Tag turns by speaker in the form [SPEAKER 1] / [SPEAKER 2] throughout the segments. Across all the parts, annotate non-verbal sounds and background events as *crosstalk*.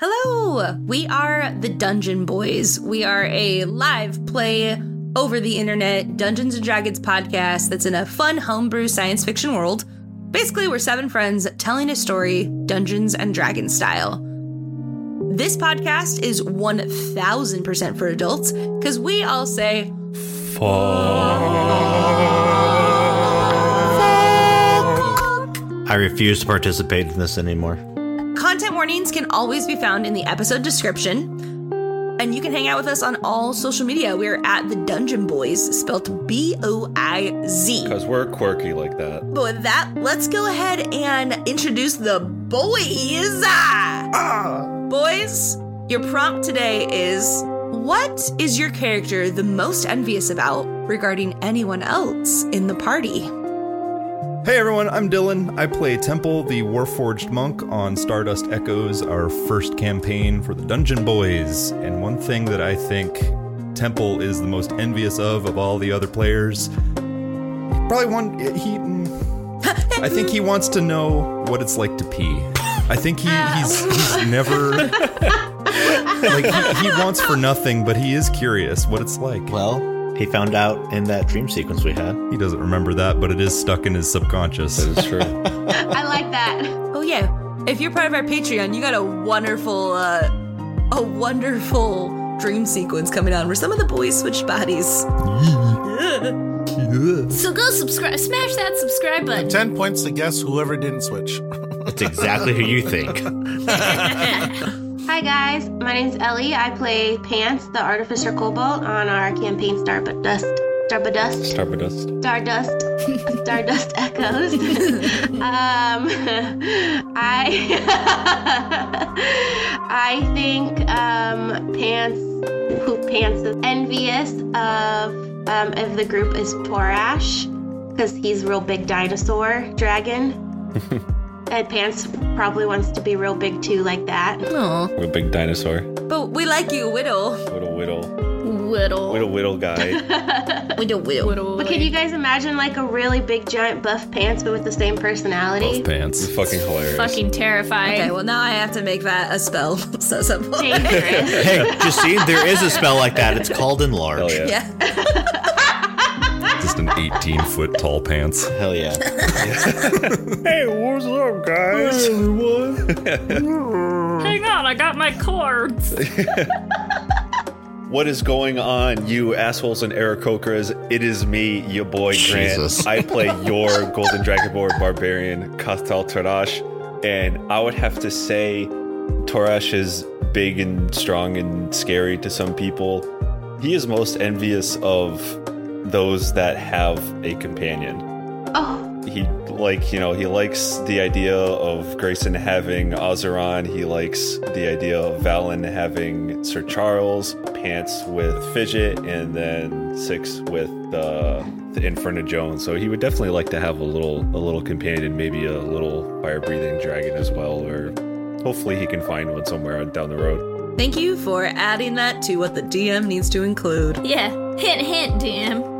[SPEAKER 1] Hello! We are the Dungeon Boys. We are a live play over the internet Dungeons and Dragons podcast that's in a fun homebrew science fiction world. Basically, we're seven friends telling a story Dungeons and Dragons style. This podcast is 1000% for adults because we all say,
[SPEAKER 2] I refuse to participate in this anymore.
[SPEAKER 1] Content warnings can always be found in the episode description. And you can hang out with us on all social media. We are at the Dungeon Boys, spelled B O I Z.
[SPEAKER 3] Because we're quirky like that.
[SPEAKER 1] But with that, let's go ahead and introduce the boys. Ah! Boys, your prompt today is what is your character the most envious about regarding anyone else in the party?
[SPEAKER 4] Hey everyone, I'm Dylan. I play Temple, the Warforged Monk on Stardust Echoes, our first campaign for the Dungeon Boys. And one thing that I think Temple is the most envious of of all the other players, probably one he. mm, I think he wants to know what it's like to pee. I think he, he's, he's never like he, he wants for nothing, but he is curious what it's like.
[SPEAKER 2] Well, he found out in that dream sequence we had.
[SPEAKER 4] He doesn't remember that, but it is stuck in his subconscious.
[SPEAKER 3] That is true.
[SPEAKER 5] I like that.
[SPEAKER 1] Oh yeah. If you're part of our Patreon, you got a wonderful uh a wonderful dream sequence coming on where some of the boys switch bodies.
[SPEAKER 5] So go subscribe, smash that subscribe button.
[SPEAKER 6] 10 points to guess whoever didn't switch. *laughs*
[SPEAKER 2] That's exactly who you think.
[SPEAKER 5] Hi guys, my name's Ellie. I play Pants, the Artificer Cobalt, on our campaign Stardust, Stardust,
[SPEAKER 3] Stardust.
[SPEAKER 5] Stardust, *laughs* Stardust Echoes. um, I, *laughs* I think um, Pants, who Pants is envious of um, of the group is Porash because he's real big dinosaur dragon. And Pants probably wants to be real big too, like that.
[SPEAKER 1] Aw.
[SPEAKER 3] We're a big dinosaur.
[SPEAKER 1] But we like you, Widow.
[SPEAKER 7] *laughs*
[SPEAKER 3] Whittle, whittle.
[SPEAKER 5] Whittle.
[SPEAKER 3] Whittle, whittle guy.
[SPEAKER 1] Widow, Widow.
[SPEAKER 5] But can you guys imagine like a really big giant buff pants but with the same personality?
[SPEAKER 4] Pants.
[SPEAKER 3] Fucking hilarious.
[SPEAKER 8] fucking terrifying.
[SPEAKER 1] Okay, well now I have to make that a spell. *laughs* so simple.
[SPEAKER 5] Dangerous.
[SPEAKER 2] *laughs* hey, Justine, there is a spell like that. It's called enlarge.
[SPEAKER 3] Hell yeah.
[SPEAKER 1] *laughs* Yeah.
[SPEAKER 4] just an 18 foot tall pants.
[SPEAKER 2] Hell yeah.
[SPEAKER 3] Hey, what's up, guys?
[SPEAKER 8] Hang on, I got my
[SPEAKER 7] *laughs*
[SPEAKER 8] cords.
[SPEAKER 3] What is going on, you assholes and Aarakocras? It is me, your boy Grant.
[SPEAKER 2] Jesus.
[SPEAKER 3] I play your Golden Dragonborn Barbarian, Kastal Torash. And I would have to say, Torash is big and strong and scary to some people. He is most envious of those that have a companion.
[SPEAKER 5] oh,
[SPEAKER 3] he like you know he likes the idea of Grayson having Azeron. He likes the idea of Valen having Sir Charles, Pants with Fidget, and then Six with uh, the Inferno Jones. So he would definitely like to have a little a little companion, maybe a little fire breathing dragon as well, or hopefully he can find one somewhere down the road.
[SPEAKER 1] Thank you for adding that to what the DM needs to include.
[SPEAKER 8] Yeah. Hint, hint, DM.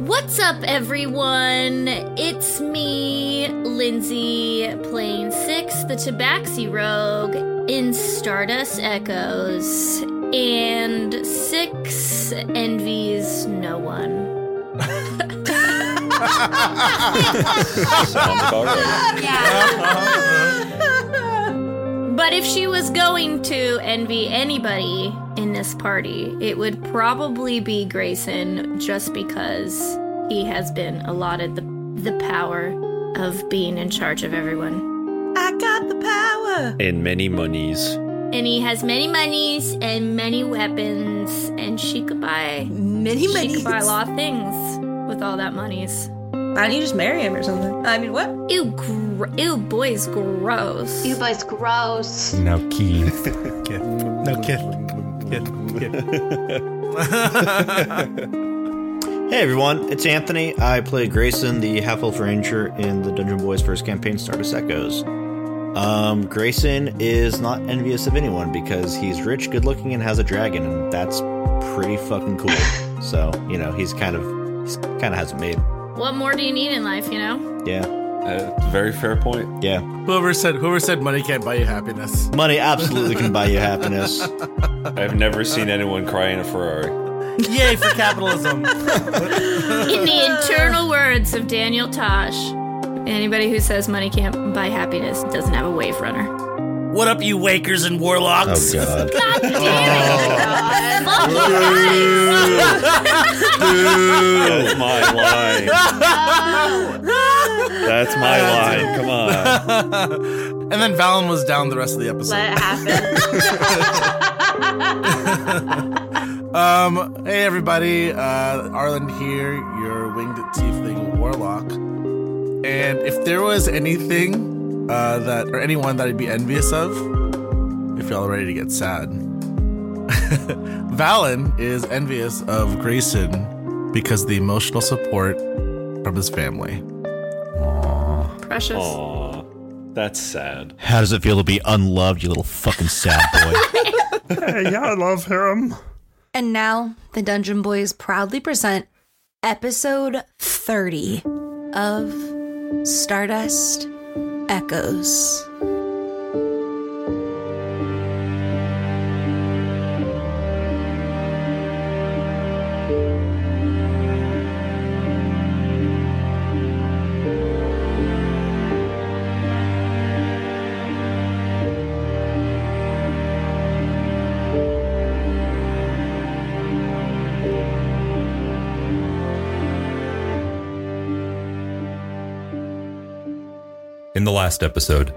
[SPEAKER 7] What's up, everyone? It's me, Lindsay, playing Six, the Tabaxi Rogue, in Stardust Echoes. And Six envies no one.
[SPEAKER 3] Sounds about right.
[SPEAKER 5] yeah.
[SPEAKER 7] But if she was going to envy anybody in this party, it would probably be Grayson, just because he has been allotted the, the power of being in charge of everyone.
[SPEAKER 1] I got the power.
[SPEAKER 3] And many monies.
[SPEAKER 7] And he has many monies and many weapons, and she could buy
[SPEAKER 1] Many,
[SPEAKER 7] she
[SPEAKER 1] many.
[SPEAKER 7] could buy a lot of things with all that monies.
[SPEAKER 1] Why don't you just marry him or something? I mean, what?
[SPEAKER 7] Ew, gr- ew, boys,
[SPEAKER 5] *laughs*
[SPEAKER 7] gross.
[SPEAKER 5] You boys gross.
[SPEAKER 4] Now, Keith.
[SPEAKER 6] Kid. No, kid. Kid. Kid.
[SPEAKER 2] Hey everyone, it's Anthony. I play Grayson, the half elf ranger in the Dungeon Boys first campaign, Stardust Echoes. Um, Grayson is not envious of anyone because he's rich, good looking, and has a dragon, and that's pretty fucking *laughs* cool. so you know he's kind of he's kind of has it made.
[SPEAKER 7] What more do you need in life, you know?
[SPEAKER 2] Yeah.
[SPEAKER 3] Uh, very fair point.
[SPEAKER 2] Yeah.
[SPEAKER 6] Whoever said whoever said money can't buy you happiness.
[SPEAKER 2] Money absolutely can buy you happiness.
[SPEAKER 3] I've never seen anyone cry in a Ferrari.
[SPEAKER 6] Yay for capitalism.
[SPEAKER 7] In the eternal words of Daniel Tosh, anybody who says money can't buy happiness doesn't have a wave runner.
[SPEAKER 9] What up, you wakers and warlocks?
[SPEAKER 2] God.
[SPEAKER 3] That's my line. That's my line. Come on.
[SPEAKER 6] *laughs* and then Valen was down the rest of the episode.
[SPEAKER 5] Let it happen.
[SPEAKER 6] Um, hey everybody, uh, Arlen here, your winged tiefling warlock. And if there was anything uh, that or anyone that I'd be envious of, if y'all are ready to get sad, *laughs* Valen is envious of Grayson because of the emotional support from his family.
[SPEAKER 7] Precious.
[SPEAKER 3] Oh, Aw, that's sad.
[SPEAKER 2] How does it feel to be unloved, you little fucking sad boy?
[SPEAKER 4] yeah, I love him.
[SPEAKER 1] And now the Dungeon Boys proudly present episode 30 of Stardust Echoes.
[SPEAKER 4] In the last episode,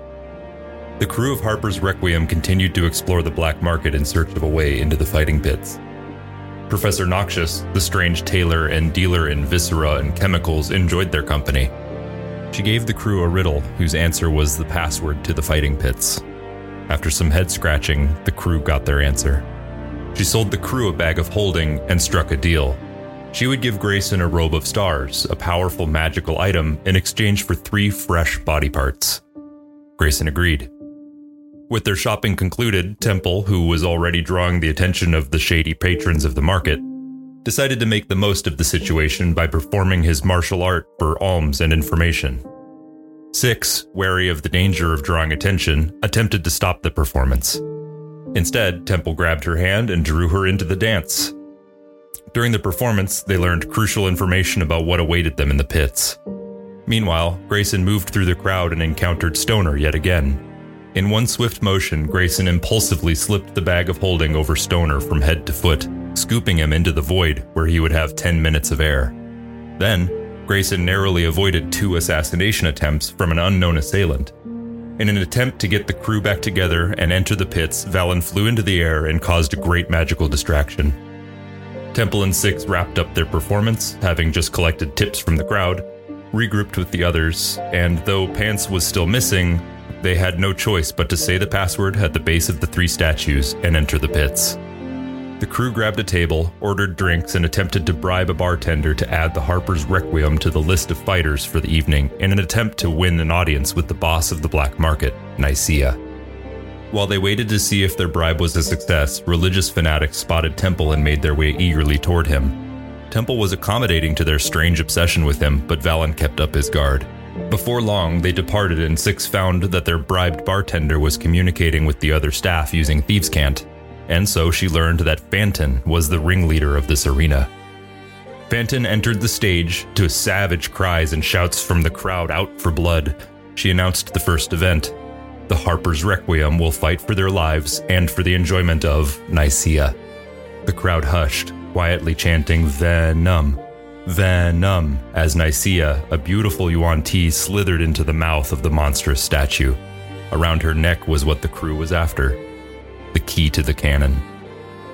[SPEAKER 4] the crew of Harper's Requiem continued to explore the black market in search of a way into the fighting pits. Professor Noxious, the strange tailor and dealer in viscera and chemicals, enjoyed their company. She gave the crew a riddle whose answer was the password to the fighting pits. After some head scratching, the crew got their answer. She sold the crew a bag of holding and struck a deal. She would give Grayson a robe of stars, a powerful magical item, in exchange for three fresh body parts. Grayson agreed. With their shopping concluded, Temple, who was already drawing the attention of the shady patrons of the market, decided to make the most of the situation by performing his martial art for alms and information. Six, wary of the danger of drawing attention, attempted to stop the performance. Instead, Temple grabbed her hand and drew her into the dance. During the performance, they learned crucial information about what awaited them in the pits. Meanwhile, Grayson moved through the crowd and encountered Stoner yet again. In one swift motion, Grayson impulsively slipped the bag of holding over Stoner from head to foot, scooping him into the void where he would have 10 minutes of air. Then, Grayson narrowly avoided two assassination attempts from an unknown assailant. In an attempt to get the crew back together and enter the pits, Valen flew into the air and caused a great magical distraction. Temple and Six wrapped up their performance, having just collected tips from the crowd, regrouped with the others, and though Pants was still missing, they had no choice but to say the password at the base of the three statues and enter the pits. The crew grabbed a table, ordered drinks, and attempted to bribe a bartender to add the Harper's Requiem to the list of fighters for the evening in an attempt to win an audience with the boss of the black market, Nicaea. While they waited to see if their bribe was a success, religious fanatics spotted Temple and made their way eagerly toward him. Temple was accommodating to their strange obsession with him, but Valen kept up his guard. Before long, they departed, and Six found that their bribed bartender was communicating with the other staff using Thieves' Cant, and so she learned that Fanton was the ringleader of this arena. Fanton entered the stage to savage cries and shouts from the crowd out for blood. She announced the first event, the Harper's Requiem will fight for their lives and for the enjoyment of Nicaea. The crowd hushed, quietly chanting Venom, Venom, as Nicaea, a beautiful Yuan Ti, slithered into the mouth of the monstrous statue. Around her neck was what the crew was after the key to the cannon.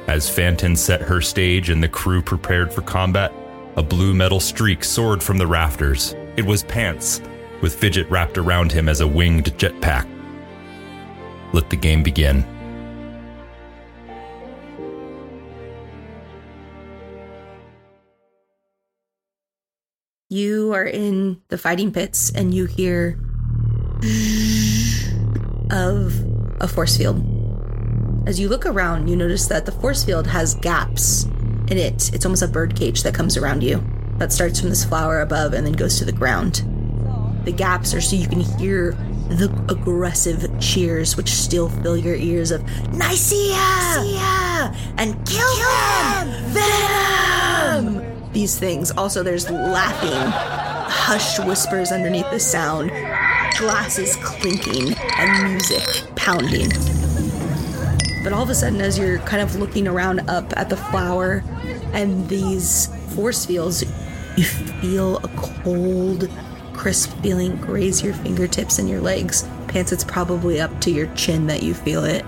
[SPEAKER 4] As Fanton set her stage and the crew prepared for combat, a blue metal streak soared from the rafters. It was Pants, with Fidget wrapped around him as a winged jetpack. Let the game begin.
[SPEAKER 1] You are in the fighting pits and you hear of a force field. As you look around, you notice that the force field has gaps in it. It's almost a birdcage that comes around you that starts from this flower above and then goes to the ground. The gaps are so you can hear the aggressive cheers which still fill your ears of Nicaea, and kill, them! Venom! These things. Also, there's laughing, hushed whispers underneath the sound, glasses clinking, and music pounding. But all of a sudden, as you're kind of looking around up at the flower and these force fields, you feel a cold, crisp feeling graze your fingertips and your legs. Pants, it's probably up to your chin that you feel it.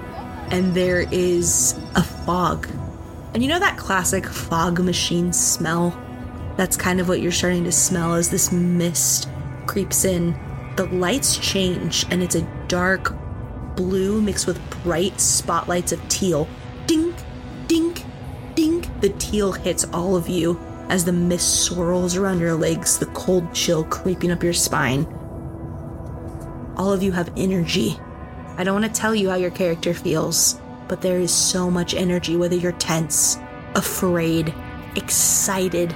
[SPEAKER 1] And there is a fog. And you know that classic fog machine smell? That's kind of what you're starting to smell as this mist creeps in. The lights change, and it's a dark blue mixed with bright spotlights of teal. Dink, dink, dink. The teal hits all of you as the mist swirls around your legs, the cold chill creeping up your spine. All of you have energy. I don't want to tell you how your character feels, but there is so much energy, whether you're tense, afraid, excited.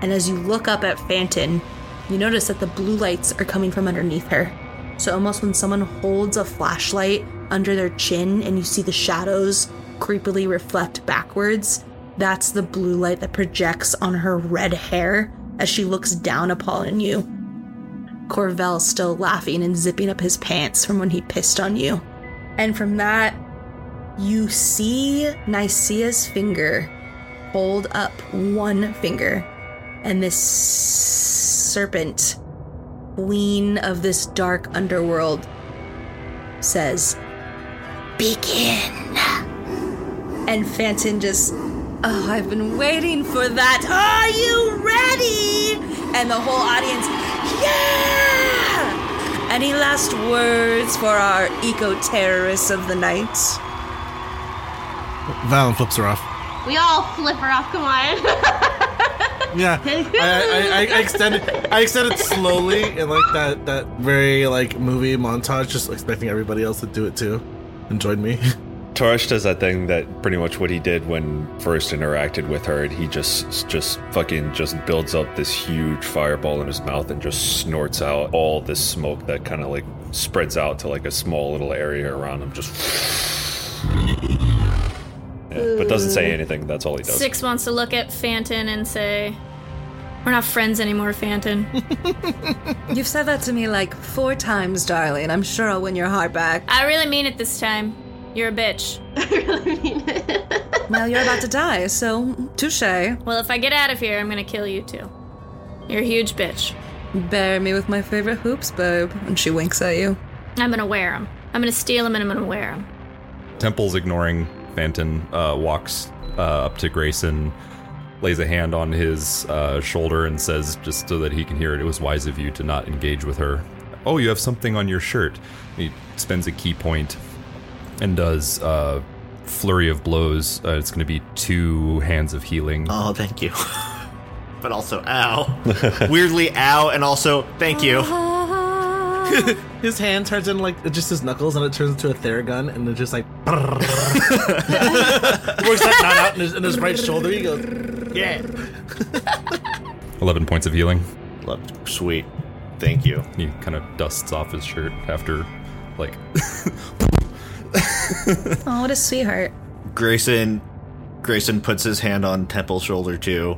[SPEAKER 1] And as you look up at Phanton, you notice that the blue lights are coming from underneath her. So, almost when someone holds a flashlight under their chin and you see the shadows creepily reflect backwards, that's the blue light that projects on her red hair as she looks down upon you. Corvell still laughing and zipping up his pants from when he pissed on you. And from that, you see Nicaea's finger hold up one finger, and this serpent queen of this dark underworld says, Begin. And Phantom just, oh, I've been waiting for that. Are you ready? And the whole audience, yeah! Any last words for our eco terrorists of the night?
[SPEAKER 6] Valen flips her off.
[SPEAKER 5] We all flip her off. Come on. *laughs*
[SPEAKER 6] Yeah, I, I, I, I extended, I extended slowly and like that, that very like movie montage, just expecting everybody else to do it too, and join me. *laughs*
[SPEAKER 3] Toresh does that thing that pretty much what he did when first interacted with her, and he just just fucking just builds up this huge fireball in his mouth and just snorts out all this smoke that kind of like spreads out to like a small little area around him, just. Yeah, but doesn't say anything. That's all he does.
[SPEAKER 7] Six wants to look at Phanton and say, We're not friends anymore, Phanton.
[SPEAKER 1] You've said that to me like four times, darling. I'm sure I'll win your heart back.
[SPEAKER 7] I really mean it this time. You're a bitch.
[SPEAKER 1] Well, you're about to die, so touche.
[SPEAKER 7] Well, if I get out of here, I'm gonna kill you too. You're a huge bitch.
[SPEAKER 1] Bear me with my favorite hoops, babe. And she winks at you.
[SPEAKER 7] I'm gonna wear them. I'm gonna steal them and I'm gonna wear them.
[SPEAKER 4] Temple's ignoring Phanton, uh, walks uh, up to Grayson, lays a hand on his uh, shoulder, and says, just so that he can hear it, it was wise of you to not engage with her. Oh, you have something on your shirt. He spends a key point and does uh, flurry of blows. Uh, it's going to be two hands of healing.
[SPEAKER 2] Oh, thank you. *laughs* but also, ow.
[SPEAKER 6] *laughs*
[SPEAKER 2] Weirdly, ow, and also, thank you.
[SPEAKER 6] his hand turns into like just his knuckles, and it turns into a theragun, and it's just like works that knot out in his, in his right shoulder. He goes,
[SPEAKER 2] Yeah.
[SPEAKER 4] 11 points of healing.
[SPEAKER 2] Loved. Sweet. Thank you.
[SPEAKER 4] He kind of dusts off his shirt after, like,
[SPEAKER 1] Oh, what a sweetheart.
[SPEAKER 2] Grayson Grayson puts his hand on Temple's shoulder too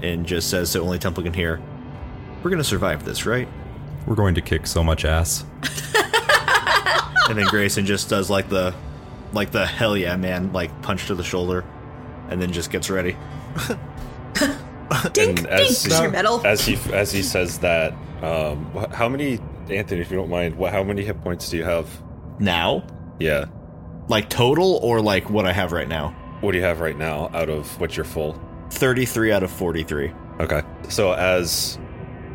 [SPEAKER 2] and just says so only Temple can hear. We're gonna survive
[SPEAKER 6] *laughs*
[SPEAKER 2] this, right?
[SPEAKER 4] we're going to kick so much ass.
[SPEAKER 2] And then Grayson just does like the like the hell yeah man like punch to the shoulder and then just gets ready.
[SPEAKER 1] Dink,
[SPEAKER 3] *laughs* And
[SPEAKER 1] dink,
[SPEAKER 3] as,
[SPEAKER 1] is your medal.
[SPEAKER 3] as he as he says that, um, wh- how many Anthony, if you don't mind, wh- how many hit points do you have?
[SPEAKER 2] Now?
[SPEAKER 3] Yeah,
[SPEAKER 2] Like total or like what I have right now?
[SPEAKER 3] what do you have right now out of what you're full?
[SPEAKER 2] 33 out of 43.
[SPEAKER 3] Okay. So as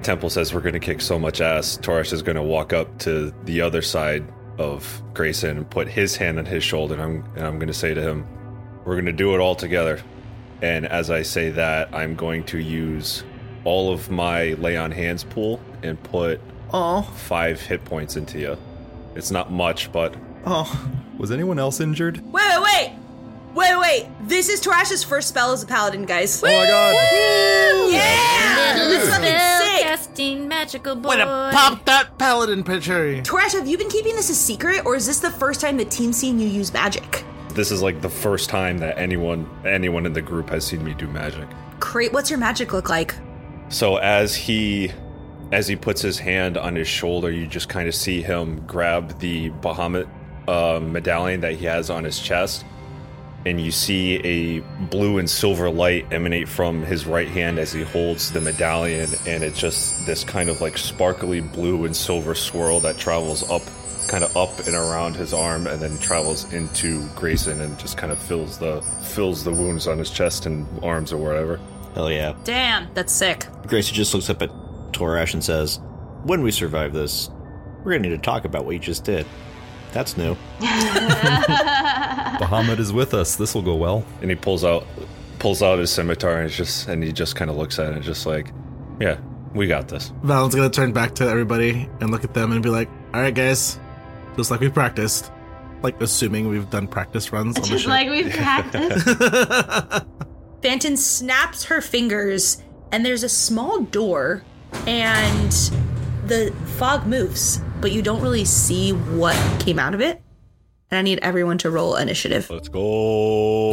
[SPEAKER 3] Temple says, we're going to kick so much ass. Taurus is going to walk up to the other side of Grayson and put his hand on his shoulder, and I'm and I'm going to say to him, "We're going to do it all together." And as I say that, I'm going to use all of my lay on hands pool and put
[SPEAKER 2] Oh,
[SPEAKER 3] five hit points into you. It's not much, but
[SPEAKER 2] oh.
[SPEAKER 4] Was anyone else injured?
[SPEAKER 1] Wait, wait, wait. Wait, wait, wait. This is Tarash's first spell as a paladin, guys.
[SPEAKER 4] Oh my god!
[SPEAKER 1] Yeah!
[SPEAKER 7] Little
[SPEAKER 1] That's fucking
[SPEAKER 7] spell
[SPEAKER 1] sick.
[SPEAKER 7] cast acting magical boy.
[SPEAKER 9] What a
[SPEAKER 6] Pop that paladin pitcher.
[SPEAKER 1] Koresh, have you been keeping this a secret, or is this the first time the team's seen you use magic?
[SPEAKER 3] This is like the first time that anyone anyone in the group has seen me do magic.
[SPEAKER 1] Great. What's your magic look like?
[SPEAKER 3] So as he as he puts his hand on his shoulder, you just kind of see him grab the Bahamut uh, medallion that he has on his chest, and you see a blue and silver light emanate from his right hand as he holds the medallion, and it's just this kind of like sparkly blue and silver swirl that travels up, kind of up and around his arm, and then travels into Grayson and just kind of fills the fills the wounds on his chest and arms or whatever.
[SPEAKER 2] Hell yeah.
[SPEAKER 1] Damn, that's sick.
[SPEAKER 2] Gracie just looks up at Torash and says, When we survive this, we're going to need to talk about what you just did. That's new.
[SPEAKER 4] Bahamut is with us. This will go well.
[SPEAKER 3] and he pulls out pulls out his scimitar and it's just and he just kind of looks at it just like yeah we got this
[SPEAKER 6] Valen's gonna turn back to everybody and look at them and be like, "All right, guys, just like we practiced, like assuming we've done practice runs." On the
[SPEAKER 5] Just
[SPEAKER 6] ship. *laughs*
[SPEAKER 5] like we've practiced.
[SPEAKER 1] Phantom snaps her fingers, and there's a small door, and the fog moves, but you don't really see what came out of it. And I need everyone to roll initiative.
[SPEAKER 3] let's go
[SPEAKER 1] Oh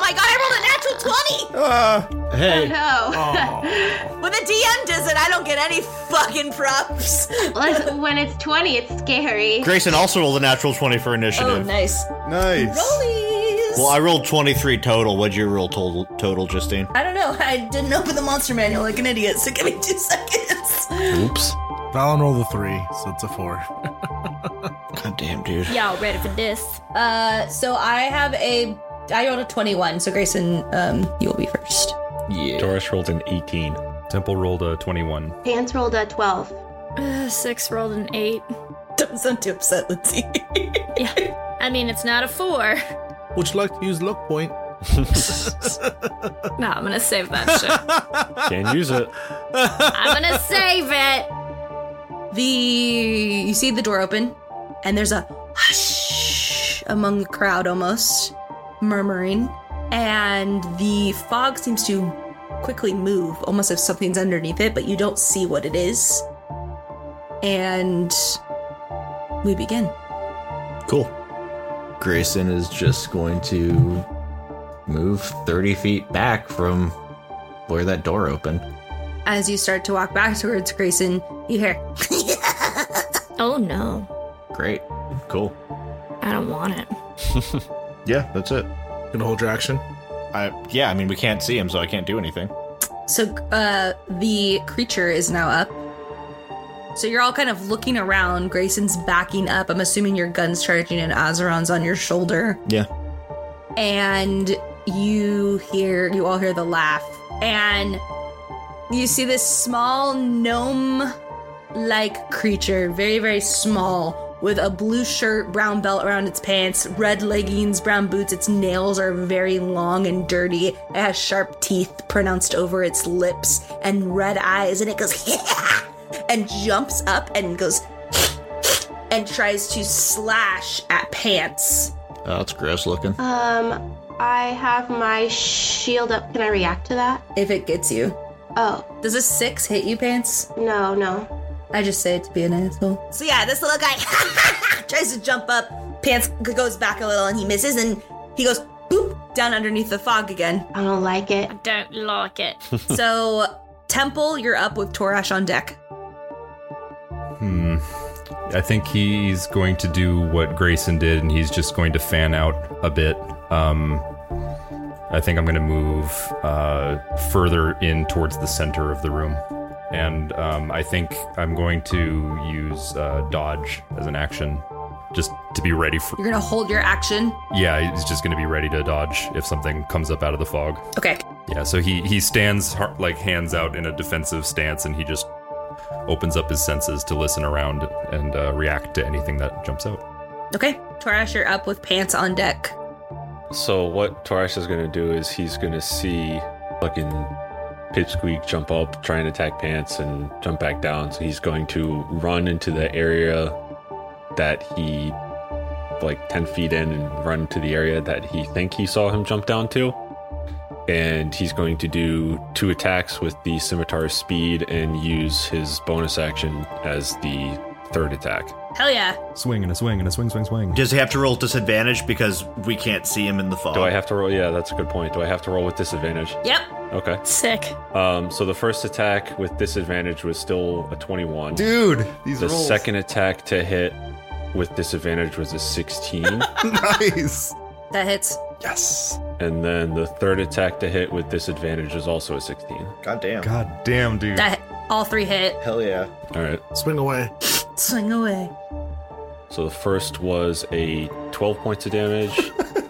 [SPEAKER 1] my god, I rolled a natural
[SPEAKER 2] Hey,
[SPEAKER 5] no.
[SPEAKER 10] Oh.
[SPEAKER 1] twenty. When the DM does it, I don't get any fucking props.
[SPEAKER 5] Let's- when it's 20, it's scary.
[SPEAKER 2] Grayson also rolled a natural 20 for
[SPEAKER 1] Oh,
[SPEAKER 2] initiative.
[SPEAKER 1] nice.
[SPEAKER 4] Nice.
[SPEAKER 1] Rollies.
[SPEAKER 2] Well, I rolled 23 total. What'd you roll total, total Justine?
[SPEAKER 1] I don't know. I didn't open the monster manual like an idiot, so give me two *laughs* seconds.
[SPEAKER 3] oops
[SPEAKER 6] Valen rolled a three, so it's a four. *laughs*
[SPEAKER 2] God damn, dude.
[SPEAKER 7] Y'all ready for this?
[SPEAKER 1] Uh, so I have a. I rolled a 21, so Grayson, um, you'll be first.
[SPEAKER 3] Doris rolled an 18
[SPEAKER 4] Temple rolled a 21.
[SPEAKER 5] Pants rolled a 12.
[SPEAKER 7] Uh, six rolled an eight.
[SPEAKER 1] Don't sound too upset, Lindsay.
[SPEAKER 7] Yeah. I mean, it's not a four. *laughs*
[SPEAKER 6] Would you like to use luck point?
[SPEAKER 7] No, I'm gonna save that shit.
[SPEAKER 3] can't use it
[SPEAKER 7] I'm gonna save it.
[SPEAKER 1] the. You see the door open, and there's a hush among the crowd almost, murmuring, and the fog seems to quickly move, almost if something's underneath it, but you don't see what it is. And we begin.
[SPEAKER 2] Cool. Grayson is just going to move 30 feet back from where that door opened.
[SPEAKER 1] As you start to walk back towards Grayson, you hear,
[SPEAKER 7] Oh no,
[SPEAKER 2] Great. Cool.
[SPEAKER 7] I don't want it.
[SPEAKER 2] Yeah, that's it.
[SPEAKER 6] Gonna hold your action.
[SPEAKER 2] I yeah, I mean we can't see him, so I can't do anything.
[SPEAKER 1] So uh, the creature is now up. So you're all kind of looking around. Grayson's backing up. I'm assuming your gun's charging and Azeron's on your shoulder.
[SPEAKER 2] Yeah.
[SPEAKER 1] And you hear, you all hear the laugh. And you see this small gnome like creature, very, very small, with a blue shirt, brown belt around its pants, red leggings, brown boots. Its nails are very long and dirty. It has sharp teeth pronounced over its lips and red eyes, and it goes *laughs* and jumps up and goes *laughs* and tries to slash at pants.
[SPEAKER 2] Oh, that's gross looking.
[SPEAKER 5] Um, I have my shield up. Can I react to that?
[SPEAKER 1] If it gets you,
[SPEAKER 5] Oh,
[SPEAKER 1] does a six hit you, pants?
[SPEAKER 5] no, no.
[SPEAKER 1] I just say it to be an asshole. So yeah, this little guy *laughs* tries to jump up. Pants g- goes back a little and he misses, and he goes boop down underneath the fog *laughs* again.
[SPEAKER 5] I don't like it.
[SPEAKER 7] Don't like it.
[SPEAKER 1] so Temple, you're up with Torash on deck.
[SPEAKER 4] Hmm. I think he's going to do what Grayson did, and he's just going to fan out a bit. Um, I think I'm going to move uh, further in towards the center of the room. And um, I think I'm going to use uh, dodge as an action just to be ready for.
[SPEAKER 1] You're gonna hold your action.
[SPEAKER 4] Yeah, he's just going to be ready to dodge if something comes up out of the fog.
[SPEAKER 1] Okay.
[SPEAKER 4] Yeah, so he, he stands har- like hands out in a defensive stance and he just opens up his senses to listen around and uh, react to anything that jumps out.
[SPEAKER 1] Okay. Torash, you're up with pants on deck.
[SPEAKER 3] so what Taurus is gonna do is he's gonna see fucking pipsqueak jump up try and attack pants and jump back down so he's going to run into the area that he like 10 feet in and run to the area that he think he saw him jump down to and he's going to do two attacks with the scimitar speed and use his bonus action as the third attack.
[SPEAKER 1] Hell yeah.
[SPEAKER 4] Swing and a swing and a swing, swing, swing.
[SPEAKER 2] Does he have to roll disadvantage because we can't see him in the fog?
[SPEAKER 3] Do I have to roll? Yeah, that's a good point. Do I have to roll with disadvantage?
[SPEAKER 1] Yep.
[SPEAKER 3] Okay.
[SPEAKER 7] Sick.
[SPEAKER 3] Um, so the first attack with disadvantage was still a 21.
[SPEAKER 4] Dude, these
[SPEAKER 3] the
[SPEAKER 4] rolls.
[SPEAKER 3] second attack to hit with disadvantage was a 16.
[SPEAKER 4] *laughs* nice.
[SPEAKER 1] That hits.
[SPEAKER 4] Yes.
[SPEAKER 3] and then the third attack to hit with disadvantage was also a 16.
[SPEAKER 2] God damn.
[SPEAKER 4] God damn, dude.
[SPEAKER 1] That all three hit.
[SPEAKER 2] Hell yeah.
[SPEAKER 3] All right.
[SPEAKER 6] Swing away.
[SPEAKER 1] Swing away.
[SPEAKER 3] So the first was a 12 points
[SPEAKER 4] *laughs*
[SPEAKER 3] of damage.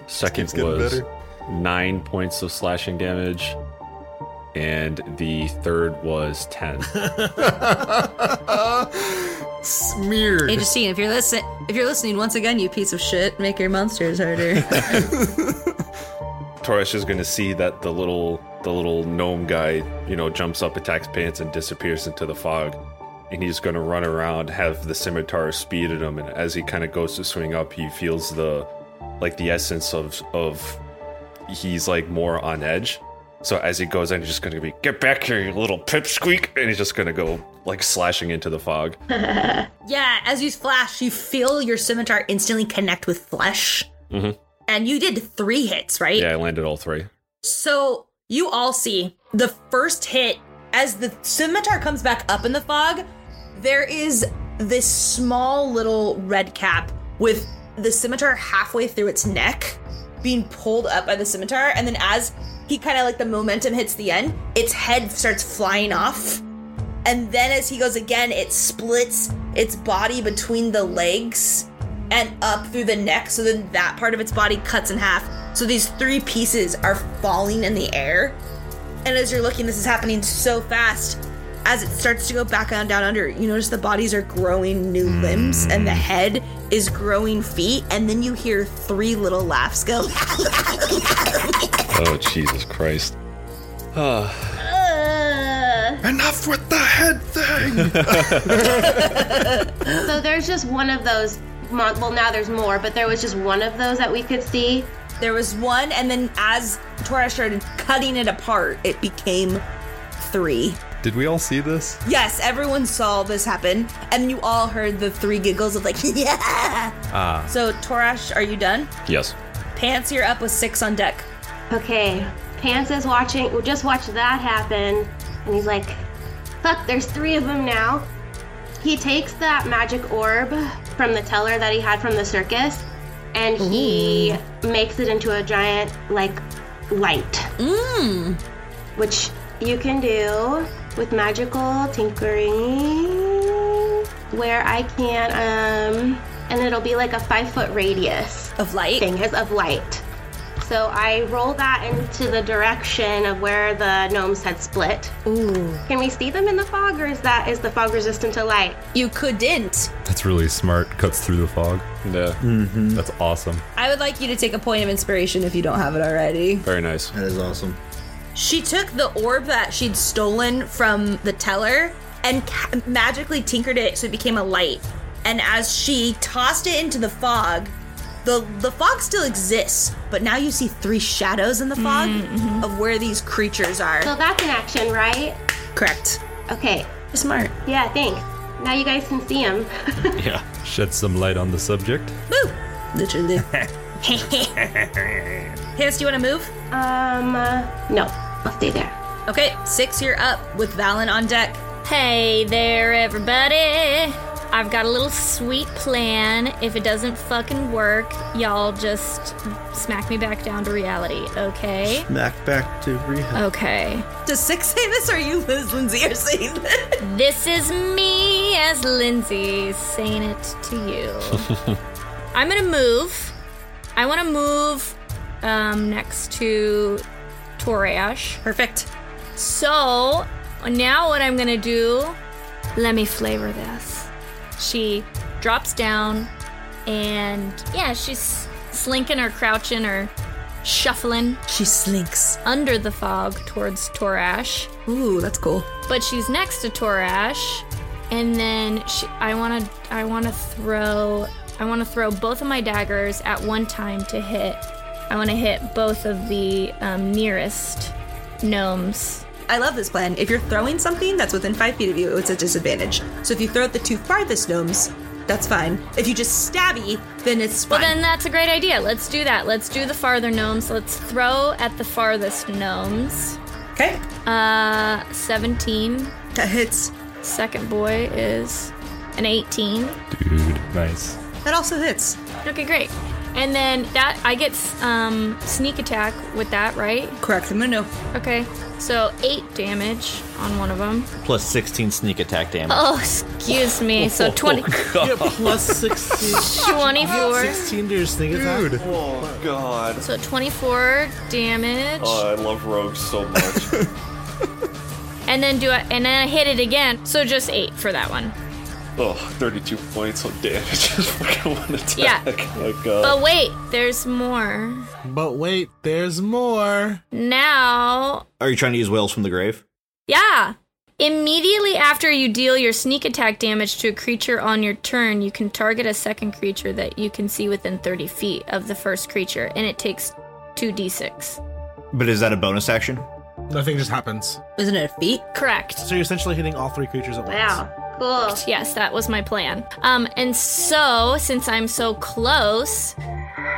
[SPEAKER 3] Second
[SPEAKER 4] Keeps getting
[SPEAKER 3] was
[SPEAKER 4] better.
[SPEAKER 3] nine points of slashing damage. And the third was 10.
[SPEAKER 4] *laughs* Smeared.
[SPEAKER 1] Hey, Justine, if you're listen, if you're listening, once again, you piece of shit, make your monsters harder. *laughs*
[SPEAKER 3] Torres is going to see that the little the little gnome guy, you know, jumps up, attacks pants, and disappears into the fog. And he's going to run around, have the scimitar speed at him, and as he kind of goes to swing up, he feels the like the essence of of he's like more on edge. So as he goes in, he's just going to be get back here, you little pipsqueak, and he's just going to go like slashing into the fog.
[SPEAKER 1] yeah, as you flash, you feel your scimitar instantly connect with flesh.
[SPEAKER 3] Mhm.
[SPEAKER 1] And you did three hits, right?
[SPEAKER 3] Yeah, I landed all three.
[SPEAKER 1] So you all see the first hit as the scimitar comes back up in the fog. There is this small little red cap with the scimitar halfway through its neck being pulled up by the scimitar. And then as he kind of like the momentum hits the end, its head starts flying off. And then as he goes again, it splits its body between the legs and up through the neck. So then that part of its body cuts in half. So these three pieces are falling in the air. And as you're looking, this is happening so fast. As it starts to go back on down under, you notice the bodies are growing new limbs and the head is growing feet. And then you hear three little laughs go.
[SPEAKER 3] Oh Jesus Christ!
[SPEAKER 4] Enough with the head thing.
[SPEAKER 5] So there's just one of those. mon- Well, now there's more, but there was just one of those that we could see.
[SPEAKER 1] *laughs* There was one, and then as Torres started cutting it apart, it became three.
[SPEAKER 4] Did we all see this?
[SPEAKER 1] Yes, everyone saw this happen, and you all heard the three giggles of like, *laughs* yeah. So, Torash, are you done?
[SPEAKER 3] Yes.
[SPEAKER 1] Pants, you're up with six on deck.
[SPEAKER 5] Okay, Pants is watching. We just watched that happen, and he's like, "Fuck, there's three of them now." He takes that magic orb from the teller that he had from the circus, and he makes it into a giant like light, mm. which you can do with magical tinkering, where I can um, and it'll be like a five foot radius
[SPEAKER 1] Of light.
[SPEAKER 5] thing is of light. So I roll that into the direction of where the gnomes had split.
[SPEAKER 1] Ooh.
[SPEAKER 5] Can we see them in the fog, or is that is the fog resistant to light?
[SPEAKER 1] You couldn't.
[SPEAKER 4] That's really smart. Cuts through the fog.
[SPEAKER 3] Yeah.
[SPEAKER 4] That's awesome.
[SPEAKER 1] I would like you to take a point of inspiration if you don't have it already.
[SPEAKER 3] Very nice.
[SPEAKER 2] That is awesome.
[SPEAKER 1] She took the orb that she'd stolen from the teller and ca- magically tinkered it so it became a light. And as she tossed it into the fog, the the fog still exists, but now you see three shadows in the fog of where these creatures are.
[SPEAKER 5] So that's an action, right?
[SPEAKER 1] Correct.
[SPEAKER 5] Okay.
[SPEAKER 1] Smart.
[SPEAKER 5] Yeah. Thanks. Now you guys can see them.
[SPEAKER 4] Shed some light on the subject.
[SPEAKER 1] Woo! Literally. Hans, do you want to move?
[SPEAKER 5] *laughs* um. uh, no. I'll stay there.
[SPEAKER 1] Okay, six, you're up with Valen on deck.
[SPEAKER 7] Hey there, everybody! I've got a little sweet plan. If it doesn't fucking work, y'all just smack me back down to reality, okay?
[SPEAKER 2] Back back to rehab.
[SPEAKER 7] Okay.
[SPEAKER 1] Does six say this, or you, *laughs* Liz Lindsay, are saying this?
[SPEAKER 7] This is me as Lindsay saying it to you. I'm gonna move. I wanna move um, next to Torash.
[SPEAKER 1] Perfect.
[SPEAKER 7] So now what I'm gonna do, let me flavor this. She drops down and yeah, she's slinking or crouching or shuffling
[SPEAKER 1] She slinks.
[SPEAKER 7] under the fog towards Torash.
[SPEAKER 1] Ooh, that's cool.
[SPEAKER 7] But she's next to Torash. And then she, I wanna I wanna throw I wanna throw both of my daggers at one time to hit I want to hit both of the um, nearest gnomes.
[SPEAKER 1] I love this plan. If you're throwing something that's within five feet of you, it's a disadvantage. So if you throw at the two farthest gnomes, that's fine. If you just stabby, then it's fine.
[SPEAKER 7] Well, then that's a great idea. Let's do that. Let's do the farther gnomes. Let's throw at the farthest gnomes.
[SPEAKER 1] okay,
[SPEAKER 7] Uh, 17.
[SPEAKER 1] that hits.
[SPEAKER 7] Second boy is an 18.
[SPEAKER 4] Dude, nice.
[SPEAKER 1] That also hits.
[SPEAKER 7] Okay, great. And then that I get um, sneak attack with that, right?
[SPEAKER 1] Correct the Muno.
[SPEAKER 7] Okay, so eight damage on one of them.
[SPEAKER 2] Plus 16 sneak attack damage.
[SPEAKER 7] Oh, excuse me. So 20,
[SPEAKER 3] God.
[SPEAKER 10] Plus 16,
[SPEAKER 7] 24.
[SPEAKER 10] 16 to your sneak attack.
[SPEAKER 4] Dude,
[SPEAKER 3] Oh God.
[SPEAKER 7] So 24 damage.
[SPEAKER 3] Oh, I love rogues so much.
[SPEAKER 7] and then do I and then I hit it again. So just 8 for that one.
[SPEAKER 3] oh, 32 points of damage. *laughs* Just fucking one attack.
[SPEAKER 7] Yeah.
[SPEAKER 3] Oh God.
[SPEAKER 7] But wait, there's more.
[SPEAKER 10] But wait, there's more.
[SPEAKER 7] Now,
[SPEAKER 2] Are you trying to use whales from the grave?
[SPEAKER 7] yeah. Immediately after you deal your sneak attack damage to a creature on your turn, you can target a second creature that you can see within 30 feet of the first creature, and it takes 2d6.
[SPEAKER 2] But is that a bonus action?
[SPEAKER 10] Nothing just happens.
[SPEAKER 1] Isn't it a feat?
[SPEAKER 7] Correct.
[SPEAKER 10] So you're essentially hitting all three creatures at once.
[SPEAKER 5] Wow. Cool.
[SPEAKER 7] Yes, that was my plan. Um, and so since I'm so close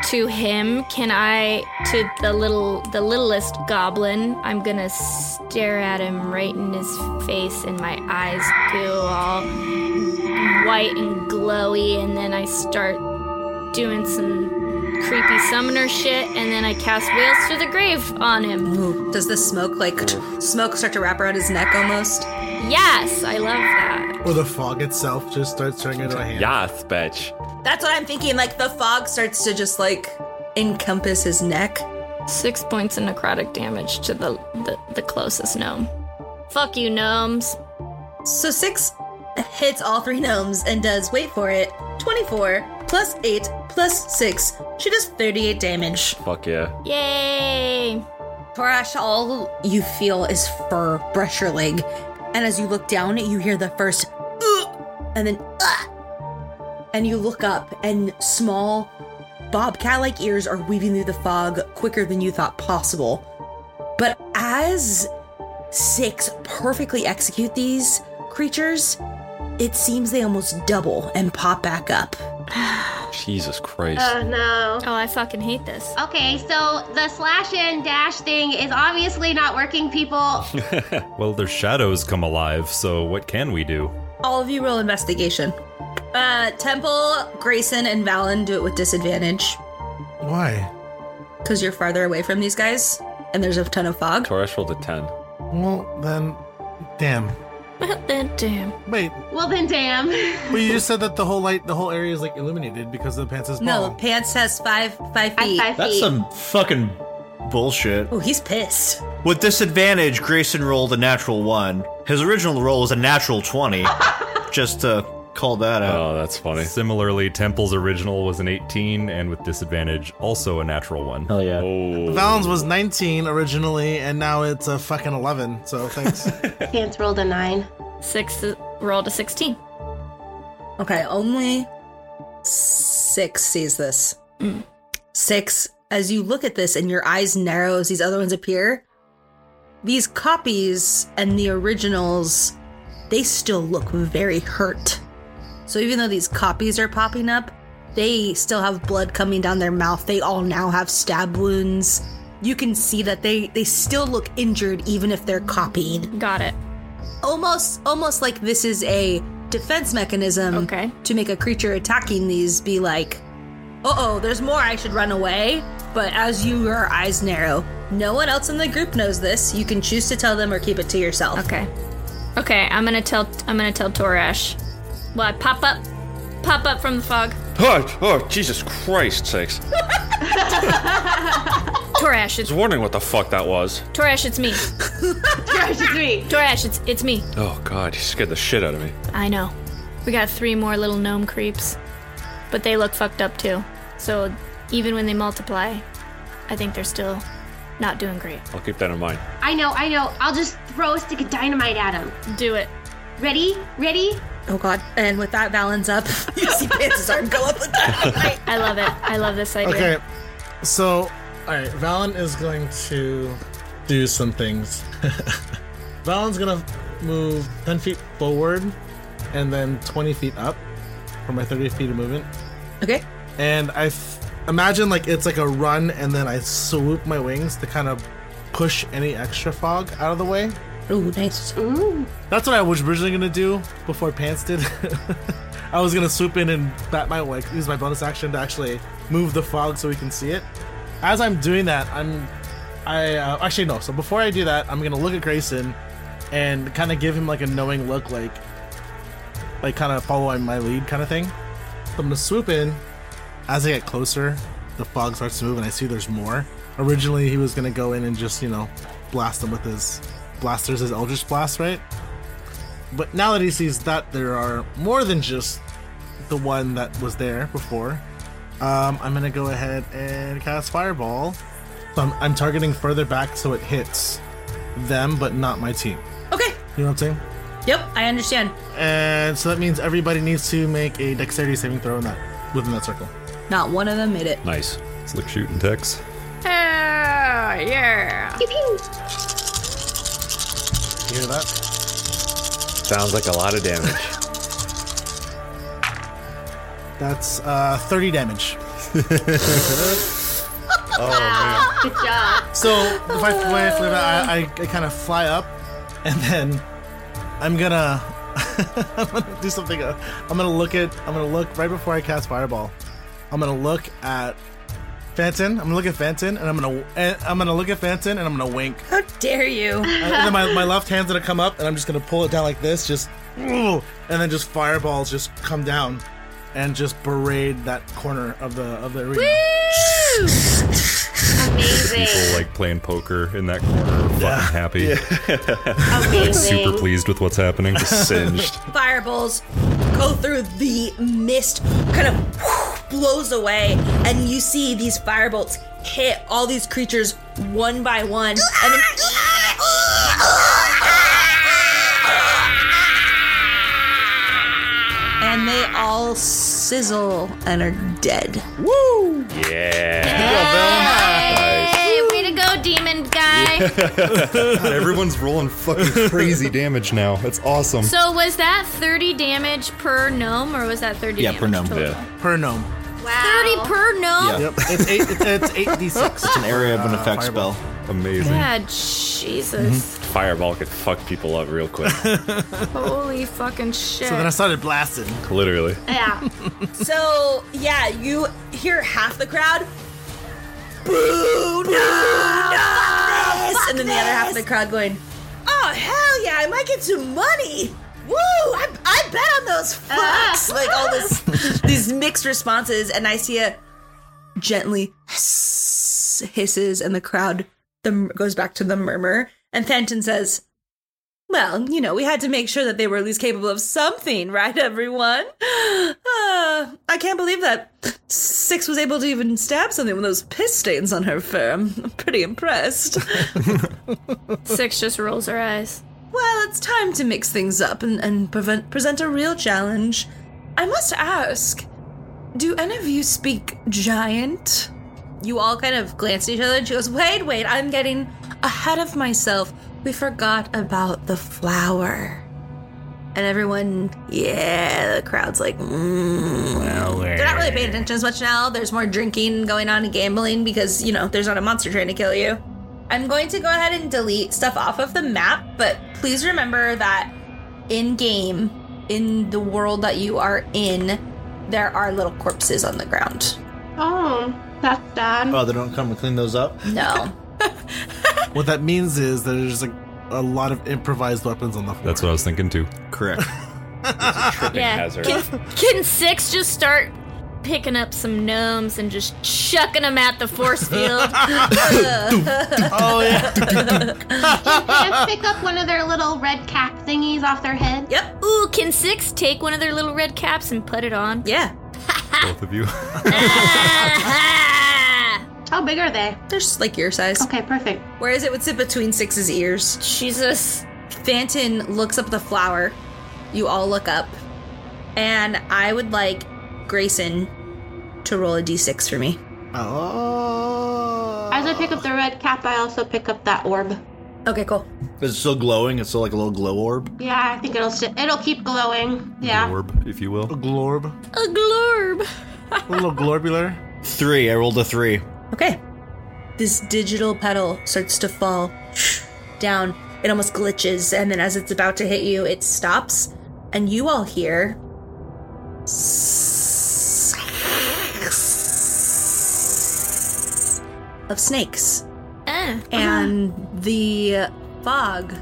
[SPEAKER 7] to him, can I to the little the littlest goblin? I'm gonna stare at him right in his face, and my eyes go all white and glowy, and then I start doing some creepy summoner shit, and then I cast whales to the grave on him.
[SPEAKER 1] Ooh, does the smoke like smoke start to wrap around his neck almost?
[SPEAKER 7] Yes, I love that.
[SPEAKER 10] Or the fog itself just starts turning into a hand.
[SPEAKER 3] Yath, bitch.
[SPEAKER 1] That's what I'm thinking. Like the fog starts to just like encompass his neck.
[SPEAKER 7] Six points of necrotic damage to the, the, the closest gnome. Fuck you, gnomes.
[SPEAKER 1] So six hits all three gnomes and does wait for it. 24 plus 8 plus 6. She does 38 damage.
[SPEAKER 3] Fuck yeah.
[SPEAKER 7] Yay!
[SPEAKER 1] Torash, all you feel is fur brush your leg. And as you look down, you hear the first "Ugh," and then "Ugh." and you look up and small bobcat-like ears are weaving through the fog quicker than you thought possible. But as six perfectly execute these creatures, it seems they almost double and pop back up.
[SPEAKER 3] Jesus Christ.
[SPEAKER 5] Oh no.
[SPEAKER 7] Oh, I fucking hate this. *laughs*
[SPEAKER 5] Okay, so the slash and dash thing is obviously not working, people.
[SPEAKER 4] Well, their shadows come alive, so what can we do?
[SPEAKER 1] All of you roll investigation. Uh, Temple, Grayson, and Valen do it with disadvantage.
[SPEAKER 10] Why?
[SPEAKER 1] because you're farther away from these guys and there's a ton of fog.
[SPEAKER 3] Torres rolled a 10.
[SPEAKER 10] Well, then, damn.
[SPEAKER 7] Well, then, damn.
[SPEAKER 10] Wait,
[SPEAKER 5] well then, damn. *laughs*
[SPEAKER 10] but you just said that the whole light, the whole area is like illuminated because of the pants' ball.
[SPEAKER 1] No, pants has five five
[SPEAKER 5] At
[SPEAKER 1] feet.
[SPEAKER 5] five
[SPEAKER 2] That's
[SPEAKER 5] feet.
[SPEAKER 2] some fucking bullshit.
[SPEAKER 1] Oh, he's pissed.
[SPEAKER 2] With disadvantage, Grayson rolled a natural one. His original roll was a natural 20. just to call that out.
[SPEAKER 3] Oh, that's funny.
[SPEAKER 4] Similarly, Temple's original was an 18, and with disadvantage, also a natural one.
[SPEAKER 2] Hell yeah.
[SPEAKER 3] Oh.
[SPEAKER 10] Valens was 19 originally, and now it's a fucking 11. So thanks. *laughs*
[SPEAKER 5] Pants rolled a nine. *laughs*
[SPEAKER 7] Six uh, rolled a 16.
[SPEAKER 1] Okay, only six sees this. Six, as you look at this and your eyes narrow as these other ones appear, these copies and the originals, they still look very hurt. So even though these copies are popping up, they still have blood coming down their mouth. They all now have stab wounds. You can see that they they still look injured even if they're copying
[SPEAKER 7] Got it.
[SPEAKER 1] almost almost like this is a defense mechanism
[SPEAKER 7] Okay.
[SPEAKER 1] to make a creature attacking these be like uh-oh there's more i should run away but as you your eyes narrow no one else in the group knows this you can choose to tell them or keep it to yourself
[SPEAKER 7] Okay. Okay, I'm gonna tell, I'm gonna tell Torash. Well, I pop up, pop up from the fog.
[SPEAKER 3] oh. oh, Jesus Christ, sakes. I
[SPEAKER 7] Torash, it's,
[SPEAKER 3] was wondering what the fuck that was.
[SPEAKER 7] Torash, it's me.
[SPEAKER 5] Dash three.
[SPEAKER 7] Torash, it's, it's me.
[SPEAKER 3] Oh, God. He scared the shit out of me.
[SPEAKER 7] I know. We got three more little gnome creeps, but they look fucked up too. So even when they multiply, I think they're still not doing great.
[SPEAKER 3] I'll keep that in mind.
[SPEAKER 5] I know, I know. I'll just throw a stick of dynamite at him.
[SPEAKER 7] Do it.
[SPEAKER 5] Ready? Ready?
[SPEAKER 1] oh god and with that balance up *laughs* you see Pants' arm go up with that
[SPEAKER 7] I love it. I love this idea.
[SPEAKER 10] okay, so All right, Valen is going to do some things. *laughs* Valen's gonna move 10 feet forward and then 20 feet up for my 30 feet of movement.
[SPEAKER 1] Okay.
[SPEAKER 10] And I f- imagine like it's like a run and then I swoop my wings to kind of push any extra fog out of the way.
[SPEAKER 1] Ooh, nice.
[SPEAKER 10] That's what I was originally gonna do before Pants did. *laughs* I was gonna swoop in and bat my like use my bonus action to actually move the fog so we can see it. As I'm doing that, I'm I uh, actually no. So before I do that, I'm gonna look at Grayson and kind of give him like a knowing look, like like kind of following my lead kind of thing. So I'm gonna swoop in. As I get closer, the fog starts to move and I see there's more. Originally, he was gonna go in and just you know blast them with his blasters, his Eldritch Blast, right? But now that he sees that there are more than just the one that was there before, um, I'm gonna go ahead and cast Fireball. So I'm, I'm targeting further back so it hits them, but not my team.
[SPEAKER 1] Okay.
[SPEAKER 10] You know what I'm saying?
[SPEAKER 1] Yep, I understand.
[SPEAKER 10] And so that means everybody needs to make a Dexterity saving throw in that within that circle.
[SPEAKER 1] Not one of them made it.
[SPEAKER 2] Nice.
[SPEAKER 4] It's like shooting Tex.
[SPEAKER 7] yeah.
[SPEAKER 10] You hear that?
[SPEAKER 3] Sounds like a lot of damage.
[SPEAKER 10] That's uh, 30 damage.
[SPEAKER 5] *laughs*
[SPEAKER 8] Good job.
[SPEAKER 10] So if I when I flip it, I, I, I kind of fly up, and then I'm gonna *laughs* I'm gonna do something. uh, I'm gonna look at I'm gonna look right before I cast fireball. I'm gonna look at Phanton. I'm gonna look at Phanton, and I'm gonna and I'm gonna look at Phanton, and I'm gonna wink.
[SPEAKER 1] How dare you?
[SPEAKER 10] And then my, my left hand's gonna come up, and I'm just gonna pull it down like this, just and then just fireballs just come down. And just berate that corner of the of the arena.
[SPEAKER 4] People
[SPEAKER 5] Amazing.
[SPEAKER 4] like playing poker in that corner, are fucking happy,
[SPEAKER 5] Amazing.
[SPEAKER 4] super pleased with what's happening. *laughs*
[SPEAKER 3] Singed.
[SPEAKER 1] fireballs go through the mist, kind of blows away, and you see these firebolts hit all these creatures one by one. And then And they all sizzle and are dead.
[SPEAKER 3] *laughs* Yeah.
[SPEAKER 7] Hey, way to go, demon guy.
[SPEAKER 4] God, Oh. everyone's rolling fucking
[SPEAKER 2] *laughs*
[SPEAKER 4] crazy damage now. That's awesome.
[SPEAKER 7] *laughs* So was that 30 damage per gnome, or was that 30
[SPEAKER 2] Yeah,
[SPEAKER 7] damage
[SPEAKER 2] per gnome.
[SPEAKER 7] total?
[SPEAKER 3] Yeah.
[SPEAKER 10] Per gnome.
[SPEAKER 5] Wow.
[SPEAKER 7] 30 per gnome?
[SPEAKER 10] Yep. It's eight it's eight D six.
[SPEAKER 2] It's an area of an effect
[SPEAKER 10] fireball.
[SPEAKER 2] spell.
[SPEAKER 4] Amazing.
[SPEAKER 7] Yeah, Jesus.
[SPEAKER 3] Fireball could fuck people up real quick.
[SPEAKER 2] Mm-hmm.
[SPEAKER 7] Holy fucking shit.
[SPEAKER 10] So then I started blasting.
[SPEAKER 3] *laughs* Literally.
[SPEAKER 5] Yeah.
[SPEAKER 1] So yeah, you hear half the crowd. Boo! No! fuck this! and then the other half of the crowd going, "Oh hell yeah! I might get some money. Woo! I, I bet on those fucks!" Like all *laughs* this, these mixed responses, and I see a gently hiss- hisses, and the crowd the, mur- goes back to the murmur, and Fenton says. Well, you know, we had to make sure that they were at least capable of something, right, everyone? Uh, I can't believe that Six was able to even stab something with those piss stains on her fur. I'm pretty impressed.
[SPEAKER 7] Six just rolls her eyes.
[SPEAKER 1] well, it's time to mix things up and, and prevent, present a real challenge. I must ask do any of you speak giant? You all kind of glance at each other and she goes, Wait, wait, I'm getting ahead of myself. We forgot about the flower. And everyone, yeah, the crowd's like, mm. They're not really paying attention as much now. There's more drinking going on and gambling because, you know, there's not a monster trying to kill you. I'm going to go ahead and delete stuff off of the map, but please remember that in game, in the world that you are in, there are little corpses on the ground.
[SPEAKER 5] Oh, that's sad.
[SPEAKER 6] Oh, they don't come and clean those up.
[SPEAKER 1] No.
[SPEAKER 10] What that means is there's a, a lot of improvised weapons on the floor.
[SPEAKER 4] That's what I was thinking too.
[SPEAKER 2] *laughs* Correct.
[SPEAKER 3] Tripping
[SPEAKER 7] Yeah.
[SPEAKER 3] hazard.
[SPEAKER 7] Can Six just start picking up some gnomes and just chucking them at the force field?
[SPEAKER 10] oh yeah. *laughs*
[SPEAKER 5] Just pick up one of their little red cap thingies off their head.
[SPEAKER 1] yep.
[SPEAKER 7] Ooh, can Six take one of their little red caps and put it on?
[SPEAKER 1] Yeah.
[SPEAKER 7] Ah.
[SPEAKER 4] Both of you. *laughs*
[SPEAKER 5] How big are they?
[SPEAKER 1] They're just like your size.
[SPEAKER 5] Okay, perfect.
[SPEAKER 1] Whereas it would sit between Six's ears.
[SPEAKER 7] Jesus.
[SPEAKER 1] Phanton looks up the flower. You all look up. And I would like Grayson to roll a d6 for me.
[SPEAKER 10] Oh.
[SPEAKER 5] I gonna pick up the red cap. I also pick up that orb.
[SPEAKER 1] Okay, cool.
[SPEAKER 2] Is it still glowing? It's still like a little glow orb.
[SPEAKER 5] Yeah, I think it'll st- it'll keep glowing. Yeah.
[SPEAKER 4] Glorb, if you will. A
[SPEAKER 10] glorb.
[SPEAKER 7] A glorb.
[SPEAKER 10] A little glorbular.
[SPEAKER 2] Three. I rolled a three.
[SPEAKER 1] Okay. This digital petal starts to fall down. It almost glitches, and then as it's about to hit you, it stops, and you all hear. Of snakes.
[SPEAKER 7] Eh.
[SPEAKER 1] And the fog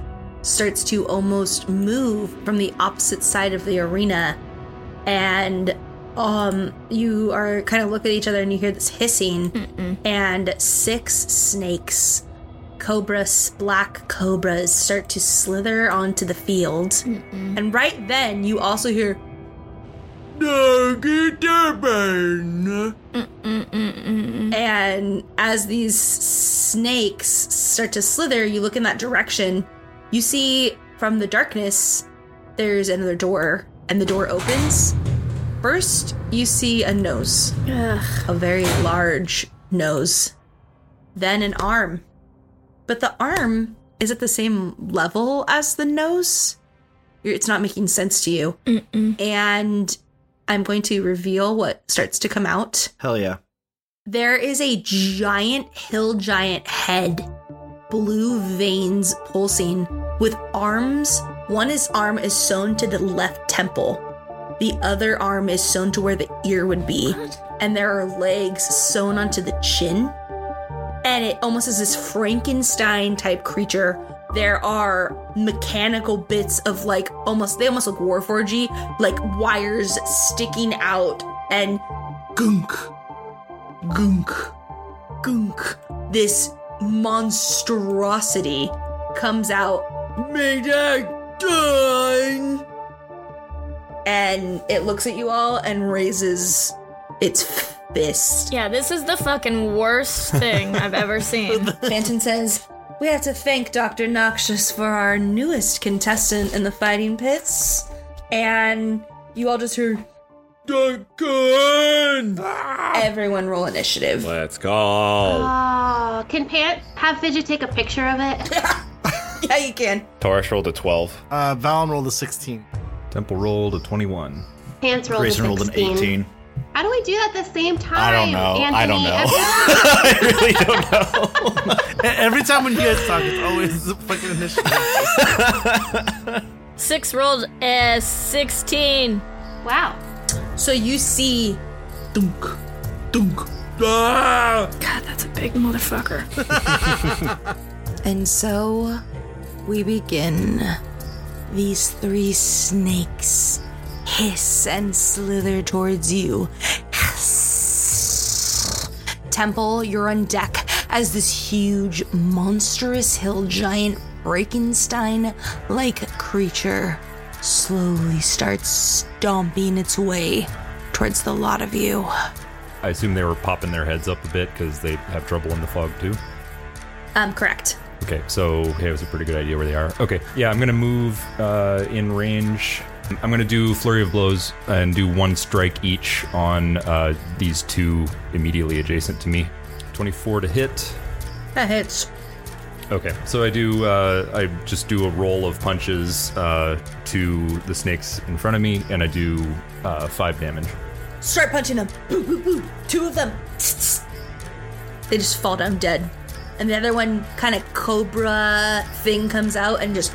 [SPEAKER 1] starts to almost move from the opposite side of the arena. And um, you are kind of look at each other and you hear this hissing. And six snakes, cobras, black cobras, start to slither onto the field. And right then, you also hear. And as these snakes start to slither, you look in that direction. You see from the darkness, there's another door, and the door opens. First, you see a nose,
[SPEAKER 7] Ugh.
[SPEAKER 1] a very large nose, then an arm. But the arm is at the same level as the nose. You're- It's not making sense to you. And I'm going to reveal what starts to come out.
[SPEAKER 2] Hell yeah.
[SPEAKER 1] There is a giant hill giant head, blue veins pulsing, with arms. One is arm is sewn to the left temple. The other arm is sewn to where the ear would be. And there are legs sewn onto the chin. And it almost is this Frankenstein type creature. There are mechanical bits of like almost, they almost look warforgy, like wires sticking out and gunk, gunk, gunk. This monstrosity comes out. May that done and it looks at you all and raises its fist.
[SPEAKER 7] Yeah, this is the fucking worst thing I've ever seen.
[SPEAKER 1] Phantom says, We have to thank Dr. Noxious for our newest contestant in the fighting pits. And you all just heard Duncan! Everyone roll initiative.
[SPEAKER 3] Let's go.
[SPEAKER 5] Oh, can Pant have Fidget take a picture of it?
[SPEAKER 1] Yeah, you can.
[SPEAKER 3] Taurus rolled a 12.
[SPEAKER 10] Uh, Valen rolled a 16.
[SPEAKER 4] Temple rolled a 21.
[SPEAKER 5] Pants rolled
[SPEAKER 2] Grayson
[SPEAKER 5] a
[SPEAKER 2] rolled an
[SPEAKER 5] 16.
[SPEAKER 2] 18.
[SPEAKER 5] How do we do that at the same time?
[SPEAKER 2] I don't know.
[SPEAKER 5] Anthony,
[SPEAKER 2] I don't know.
[SPEAKER 5] Everyone-
[SPEAKER 2] I really don't know.
[SPEAKER 10] E- Every time when you guys talk, it's always the fucking initiative.
[SPEAKER 7] Six rolled a 16.
[SPEAKER 2] *laughs*
[SPEAKER 5] wow.
[SPEAKER 1] So you see
[SPEAKER 10] Dunk. Dunk. Ah!
[SPEAKER 7] God, that's a big motherfucker.
[SPEAKER 1] *laughs* And so we begin. These three snakes hiss and slither towards you. Temple, you're on deck as this huge, monstrous hill giant, Frankenstein like creature slowly starts stomping its way towards the lot of you.
[SPEAKER 4] I assume they were popping their heads up a bit because they have trouble in the fog too.
[SPEAKER 1] Um, correct.
[SPEAKER 4] Okay, so yeah, it was a pretty good idea where they are. Okay, yeah, I'm gonna move uh, in range. I'm gonna do flurry of blows and do one strike each on uh, these two immediately adjacent to me. 24 to hit.
[SPEAKER 1] That hits.
[SPEAKER 4] Okay, so I do. Uh, I just do a roll of punches uh, to the snakes in front of me, and I do uh, five damage.
[SPEAKER 1] Start punching them. Boo, boo, boo. Two of them. They just fall down dead. And the other one kind of cobra thing comes out and just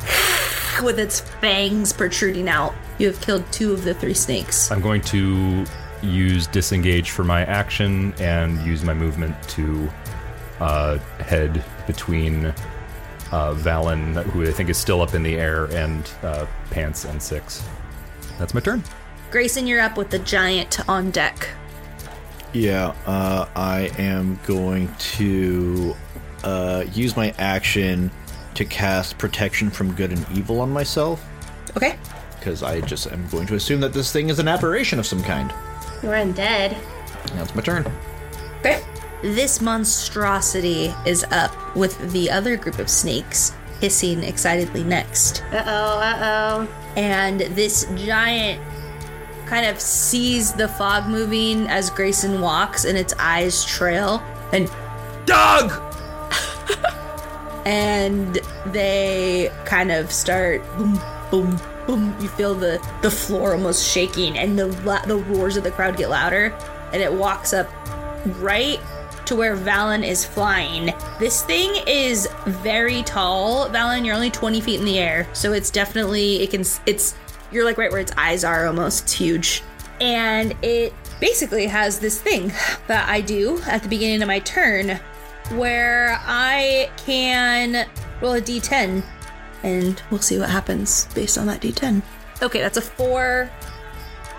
[SPEAKER 1] *sighs* with its fangs protruding out. You have killed two of the three snakes.
[SPEAKER 4] I'm going to use disengage for my action and use my movement to uh, head between uh, Valen, who I think is still up in the air, and uh, Pants and Six. That's my turn.
[SPEAKER 1] Grayson, you're up with the giant on deck.
[SPEAKER 2] Yeah, uh, I am going to uh, use my action to cast protection from good and evil on myself
[SPEAKER 1] Okay.
[SPEAKER 2] because I just am going to assume that this thing is an aberration of some kind.
[SPEAKER 5] You're undead.
[SPEAKER 2] That's my
[SPEAKER 5] *laughs*
[SPEAKER 2] turn.
[SPEAKER 1] Okay. This monstrosity is up with the other group of snakes hissing excitedly next.
[SPEAKER 5] Uh oh, uh oh.
[SPEAKER 1] and this giant kind of sees the fog moving as Grayson walks, and its eyes trail and
[SPEAKER 3] dog!
[SPEAKER 1] and they kind of start boom, boom, boom. You feel the the floor almost shaking, and the la- the roars of the crowd get louder, and it walks up right to where Valen is flying. This thing is very tall. Valen, you're only 20 feet in the air, so it's definitely it can s- it's you're like right where its eyes are almost. It's huge, and it basically has this thing that I do at the beginning of my turn where I can roll a d10 and we'll see what happens based on that d10. Okay, that's a four.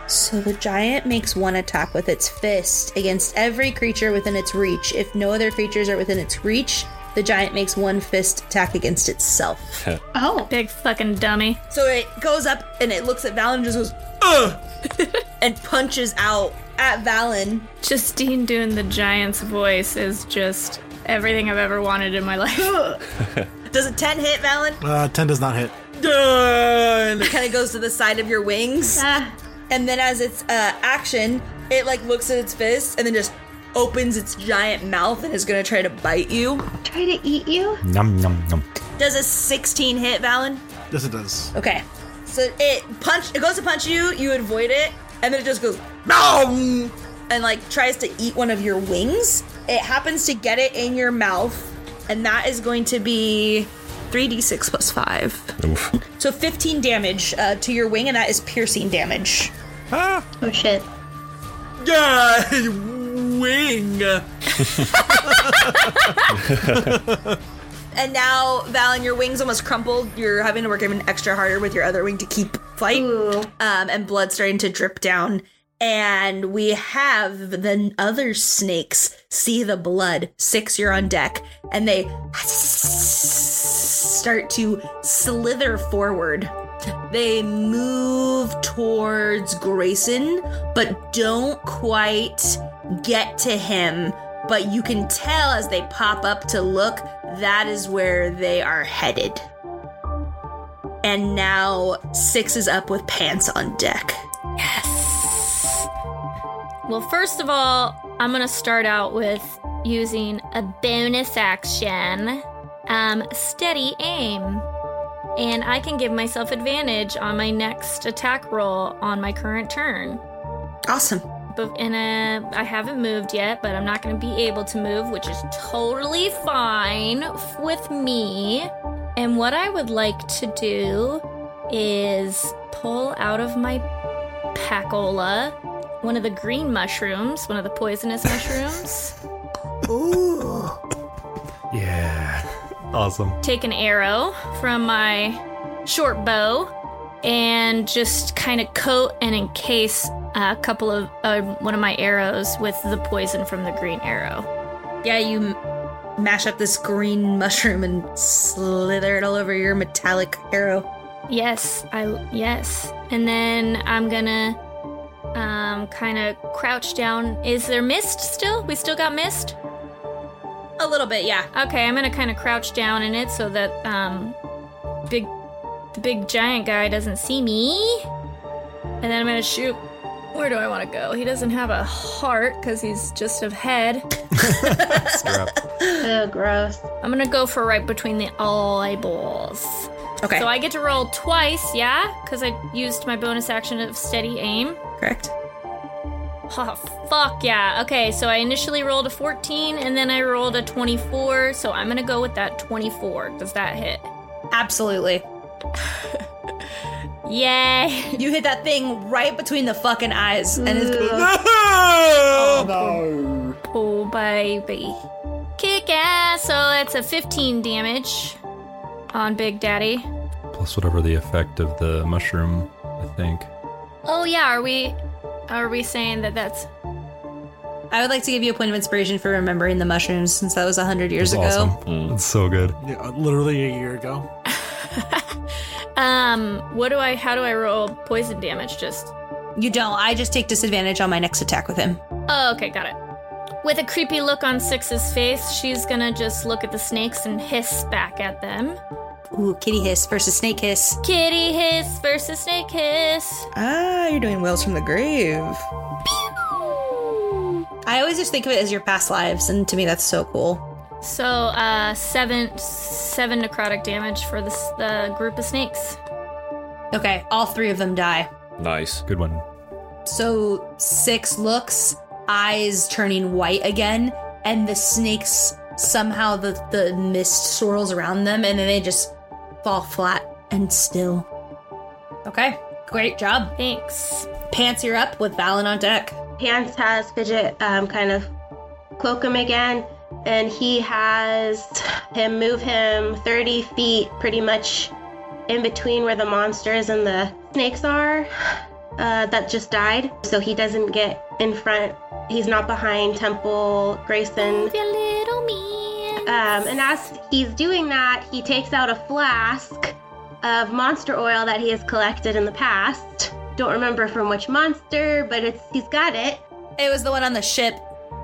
[SPEAKER 1] So the giant makes one attack with its fist against every creature within its reach. If no other creatures are within its reach, the giant makes one fist attack against itself.
[SPEAKER 7] Oh. Big fucking dummy.
[SPEAKER 1] So it goes up and it looks at Valen and just goes, Ugh! *laughs* and punches out at Valen.
[SPEAKER 7] Justine doing the giant's voice is just everything I've ever wanted in my *laughs* life.
[SPEAKER 1] Does a 10 hit, Valen?
[SPEAKER 10] Uh, 10 does not hit.
[SPEAKER 1] It kind of goes to the side of your wings. And then as its uh, action, it like looks at its fist and then just opens its giant mouth and is going to try to bite you.
[SPEAKER 5] Try to eat you?
[SPEAKER 4] Nom nom nom.
[SPEAKER 1] Does a 16 hit, Valen?
[SPEAKER 10] Yes, it does.
[SPEAKER 1] Okay. So it punch it goes to punch you, you avoid it, and then it just goes BOOM! And like tries to eat one of your wings. It happens to get it in your mouth, and that is going to be 3d6 plus 5.
[SPEAKER 3] Oof.
[SPEAKER 1] So 15 damage uh, to your wing, and that is piercing damage.
[SPEAKER 5] Oh shit.
[SPEAKER 9] Yeah, wing.
[SPEAKER 1] And now, Valen, your wing's almost crumpled. You're having to work even extra harder with your other wing to keep flight. Um, and blood starting to drip down. And we have the other snakes see the blood. Six, you're on deck. And they start to slither forward. They move towards Grayson, but don't quite get to him. But you can tell as they pop up to look, that is where they are headed. And now Six is up with pants on deck.
[SPEAKER 7] Well, first of all, I'm gonna start out with using a bonus action, um, steady aim, and I can give myself advantage on my next attack roll on my current turn.
[SPEAKER 1] Awesome.
[SPEAKER 7] But in a, I haven't moved yet, but I'm not gonna be able to move, which is totally fine with me. And what I would like to do is pull out of my pacola one of the green mushrooms, one of the poisonous mushrooms.
[SPEAKER 4] Yeah. Awesome.
[SPEAKER 7] take an arrow from my short bow and just kind of coat and encase a couple of uh, one of my arrows with the poison from the green arrow.
[SPEAKER 1] Yeah, you m- mash up this green mushroom and slither it all over your metallic arrow.
[SPEAKER 7] Yes, I yes. And then I'm gonna um, kind of crouch down. Is there mist still? We still got mist.
[SPEAKER 1] A little bit, yeah.
[SPEAKER 7] Okay, I'm gonna kind of crouch down in it so that um, big, the big giant guy doesn't see me. And then I'm gonna shoot. Where do I want to go? He doesn't have a heart because he's just a head.
[SPEAKER 4] Strap.
[SPEAKER 5] Oh, gross.
[SPEAKER 7] I'm gonna go for right between the eyeballs.
[SPEAKER 1] Okay.
[SPEAKER 7] So I get to roll twice, yeah? Because I used my bonus action of steady aim.
[SPEAKER 1] Correct.
[SPEAKER 7] Oh, fuck yeah. Okay, so I initially rolled a 14 and then I rolled a 24. So I'm gonna go with that 24. Does that hit?
[SPEAKER 1] Absolutely.
[SPEAKER 7] Yay! *laughs*
[SPEAKER 1] You hit that thing right between the fucking eyes, and it's
[SPEAKER 7] Oh, baby. Kick ass! So it's a 15 damage on Big Daddy.
[SPEAKER 4] Plus whatever the effect of the mushroom, I think.
[SPEAKER 7] Oh yeah, are we? Are we saying that that's?
[SPEAKER 1] I would like to give you a point of inspiration for remembering the mushrooms since that was 100 years
[SPEAKER 4] It's
[SPEAKER 1] ago.
[SPEAKER 4] awesome. It's so good.
[SPEAKER 10] Yeah, uh, literally a year ago.
[SPEAKER 7] Um, what do I? How do I roll poison damage? Just
[SPEAKER 1] You don't. I just take disadvantage on my next attack with him.
[SPEAKER 7] Oh, okay, got it. With a creepy look on Six's face, she's gonna just look at the snakes and hiss back at them.
[SPEAKER 1] Ooh, kitty hiss versus snake hiss.
[SPEAKER 7] Kitty hiss versus snake hiss.
[SPEAKER 1] Ah, you're doing whales from the grave. I always just think of it as your past lives, and to me, that's so cool.
[SPEAKER 7] So uh, seven seven necrotic damage for the s- the group of snakes.
[SPEAKER 1] Okay, all three of them die.
[SPEAKER 3] Nice.
[SPEAKER 4] Good one.
[SPEAKER 1] So six looks, eyes turning white again, and the snakes somehow the, the mist swirls around them and then they just fall flat and still. Okay, great job.
[SPEAKER 7] Thanks.
[SPEAKER 1] Pants, you're up with Valen on deck.
[SPEAKER 5] Pants has Fidget um, kind of cloak him again, and he has him move him 30 feet pretty much in between where the monsters and the snakes are uh, that just died. So he doesn't get in front, he's not behind Temple, Grayson,
[SPEAKER 7] Your little me.
[SPEAKER 5] um, and as he's doing that, he takes out a flask of monster oil that he has collected in the past. Don't remember from which monster, but it's he's got it.
[SPEAKER 1] It was the one on the ship.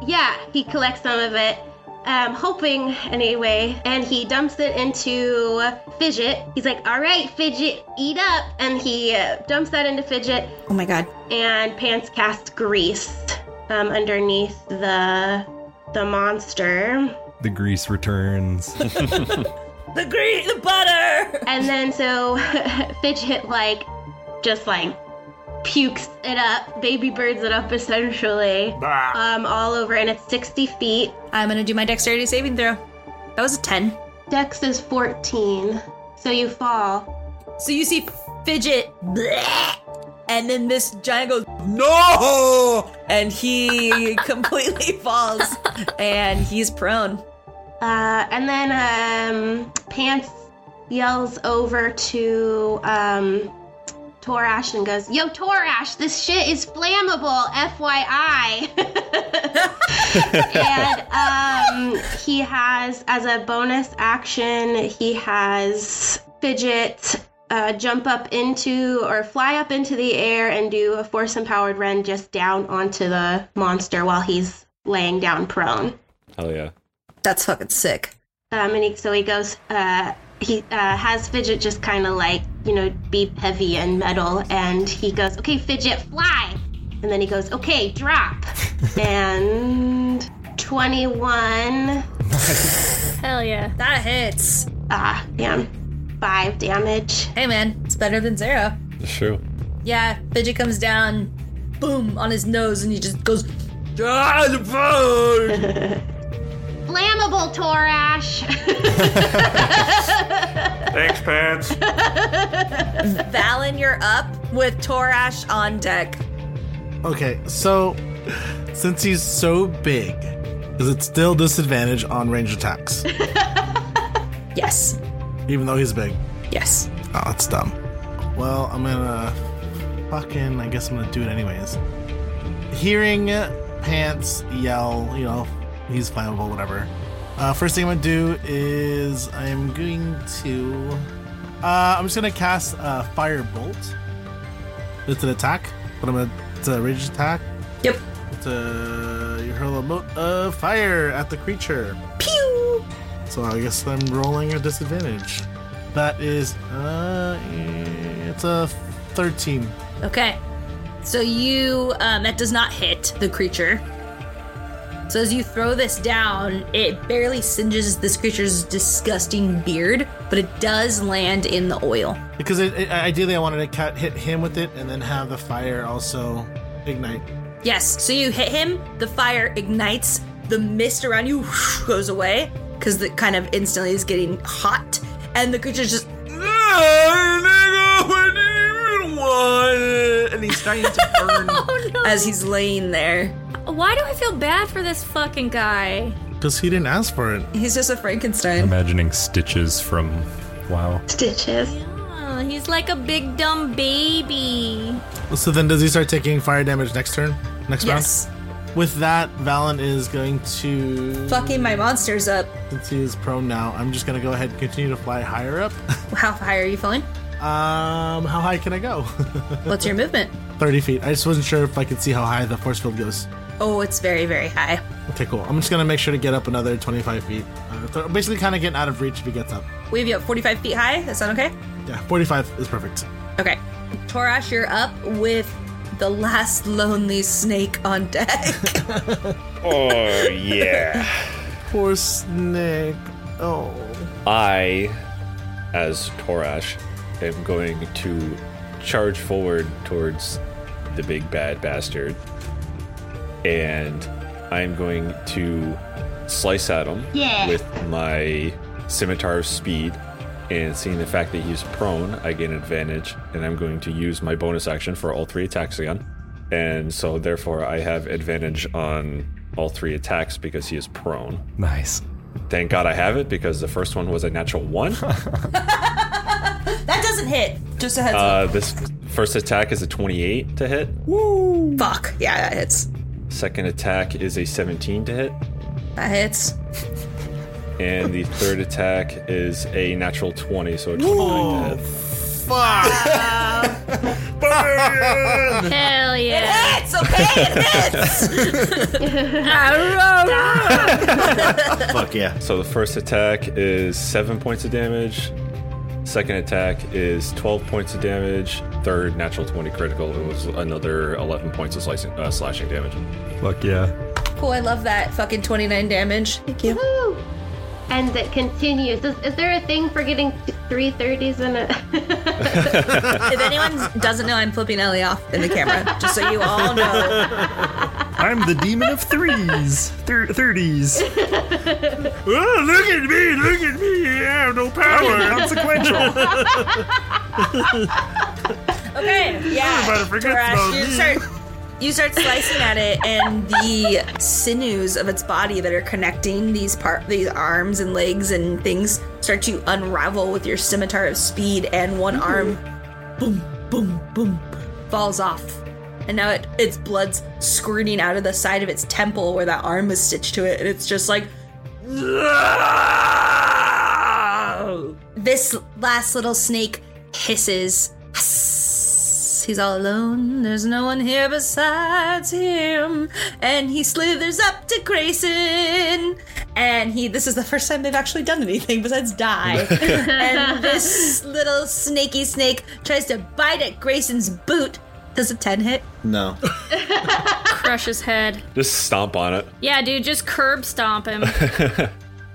[SPEAKER 5] Yeah, he collects some of it, um, hoping anyway, and he dumps it into Fidget. He's like, "All right, Fidget, eat up!" And he uh, dumps that into Fidget,
[SPEAKER 1] Oh my god.
[SPEAKER 5] and Pants casts grease um, underneath the the monster.
[SPEAKER 4] The grease returns.
[SPEAKER 1] The green, the butter! *laughs*
[SPEAKER 5] And then so *laughs* Fidget like just like pukes it up, baby birds it up essentially. Um all over and it's 60 feet.
[SPEAKER 1] I'm gonna do my dexterity saving throw. That was a 10.
[SPEAKER 5] Dex is 14. So you fall.
[SPEAKER 1] So you see Fidget, bleh, and then this giant goes,
[SPEAKER 9] No!
[SPEAKER 1] and *laughs* he completely falls, and he's prone.
[SPEAKER 5] Uh and then um Pants yells over to um Torash and goes, "Yo Torash, this shit is flammable, FYI." and um, he has, as a bonus action, he has fidget, uh, jump up into or fly up into the air and do a force empowered run just down onto the monster while he's laying down prone.
[SPEAKER 3] Hell yeah.
[SPEAKER 1] That's fucking sick.
[SPEAKER 5] Um, and he, so he goes. Uh, he uh, has fidget just kind of like you know be heavy and metal, and he goes, "Okay, fidget, fly." And then he goes, "Okay, drop." and twenty-one.
[SPEAKER 7] Hell yeah.
[SPEAKER 1] That hits.
[SPEAKER 5] Ah, damn. Five damage.
[SPEAKER 1] Hey man, it's better than zero.
[SPEAKER 3] It's true.
[SPEAKER 1] Yeah, Fidget comes down, boom, on his nose, and he just goes, "Ah,
[SPEAKER 5] Flammable Torash. *laughs*
[SPEAKER 11] Thanks, Pants.
[SPEAKER 1] Valen, you're up with Torash on deck.
[SPEAKER 10] Okay, so since he's so big, is it still disadvantage on range attacks?
[SPEAKER 1] Yes,
[SPEAKER 10] even though he's big.
[SPEAKER 1] yes.
[SPEAKER 10] Oh, that's dumb. Well, I'm gonna uh, fucking. I guess I'm gonna do it anyways. Hearing Pants yell, you know, he's flammable, whatever. Uh, first thing I'm gonna do is I'm going to. Uh, I'm just gonna cast a fire bolt. It's an attack, but I'm gonna. It's a rage attack.
[SPEAKER 1] Yep.
[SPEAKER 10] It's a. You hurl a bolt of uh, fire at the creature.
[SPEAKER 1] Pew!
[SPEAKER 10] So I guess I'm rolling a disadvantage. That is, uh, it's a 13.
[SPEAKER 1] Okay. So you um, that does not hit the creature. So as you throw this down, it barely singes this creature's disgusting beard, but it does land in the oil.
[SPEAKER 10] Because it, it- ideally, I wanted to cut, hit him with it and then have the fire also ignite.
[SPEAKER 1] Yes. So you hit him. The fire ignites. The mist around you goes away because it kind of instantly is getting hot, and the creature's just
[SPEAKER 9] And he's starting to burn.
[SPEAKER 7] *laughs* Oh no.
[SPEAKER 1] as he's laying there.
[SPEAKER 7] Why do I feel bad for this fucking guy?
[SPEAKER 10] Because he didn't ask for it.
[SPEAKER 1] He's just a Frankenstein.
[SPEAKER 4] *laughs* Imagining stitches from wow.
[SPEAKER 5] Stitches.
[SPEAKER 7] Oh, he's like a big dumb baby.
[SPEAKER 10] So then, does he start taking fire damage next turn? Next
[SPEAKER 1] Yes.
[SPEAKER 10] round? With that, Valen is going to.
[SPEAKER 1] Fucking my monster's up.
[SPEAKER 10] Since he is prone now, I'm just going to go ahead and continue to fly higher up. *laughs*
[SPEAKER 1] How high are you flying?
[SPEAKER 10] um, how high can I go? *laughs*
[SPEAKER 1] What's your movement?
[SPEAKER 10] 30 feet. I just wasn't sure if I could see how high the force field goes.
[SPEAKER 1] Oh, it's very, very high.
[SPEAKER 10] Okay, cool. I'm just gonna make sure to get up another 25 feet. Uh, th- basically, kind of getting out of reach if he gets up.
[SPEAKER 1] We have you at 45 feet high. That sound okay?
[SPEAKER 10] Yeah, 45 is perfect.
[SPEAKER 1] Okay. Torash, you're up with the *laughs* last lonely snake on deck.
[SPEAKER 3] Oh, yeah.
[SPEAKER 10] Poor Snake. Oh.
[SPEAKER 3] I, as Torash, am going to charge forward towards the big bad bastard. And I'm going to slice at him
[SPEAKER 8] Yeah.
[SPEAKER 3] with my scimitar of speed. And seeing the fact that he's prone, I gain advantage. And I'm going to use my bonus action for all three attacks again. And so, therefore, I have advantage on all three attacks because he is prone.
[SPEAKER 4] Nice.
[SPEAKER 3] Thank God I have it because the first one was a natural
[SPEAKER 4] *laughs*
[SPEAKER 3] one.
[SPEAKER 11] That doesn't hit. Just a heads up.
[SPEAKER 3] uh, this first attack is a 28 to hit.
[SPEAKER 11] Woo!
[SPEAKER 1] Fuck. Yeah, that hits.
[SPEAKER 3] Second attack is a 17 to hit.
[SPEAKER 1] That hits.
[SPEAKER 4] *laughs*
[SPEAKER 3] And the third attack is a natural 20, so a 29 to hit.
[SPEAKER 7] Hell yeah.
[SPEAKER 1] *laughs*
[SPEAKER 11] It hits, okay?
[SPEAKER 2] Fuck yeah.
[SPEAKER 3] So the first attack is 7 points of damage. Second attack is 12 points of damage. Third natural 20 critical. It was another 11 points of slicing, uh, slashing damage.
[SPEAKER 4] Fuck yeah.
[SPEAKER 1] Cool. I love that. Fucking 29 damage. Thank you.
[SPEAKER 8] Woo! And it continues. Is, is there a thing for getting t- three thirties in
[SPEAKER 5] *laughs*
[SPEAKER 8] a?
[SPEAKER 1] if anyone doesn't know, I'm flipping Ellie off in the camera, just so you all know.
[SPEAKER 4] I'm the demon of threes. Thir- 30s. oh, look at me. Look at me. I have no power. Consequential.
[SPEAKER 1] *laughs*
[SPEAKER 11] okay, yeah.
[SPEAKER 4] Everybody forgets
[SPEAKER 11] Trash.
[SPEAKER 4] about
[SPEAKER 1] You start, you start slicing at it, and the sinews of its body that are connecting these part, these arms and legs and things, start to unravel with your scimitar of speed, and one arm, boom, boom, boom, falls off, and now it its blood's squirting out of the side of its temple where that arm was stitched to it, and it's just like. This last little snake hisses. He's all alone. There's no one here besides him. And he slithers up to Grayson. And he, this is the first time they've actually done anything besides die. and this little snaky snake tries to bite at Grayson's boot. Does a 10 hit?
[SPEAKER 2] No.
[SPEAKER 7] Crush his head.
[SPEAKER 3] Just stomp on it.
[SPEAKER 7] Yeah, dude, just curb stomp him.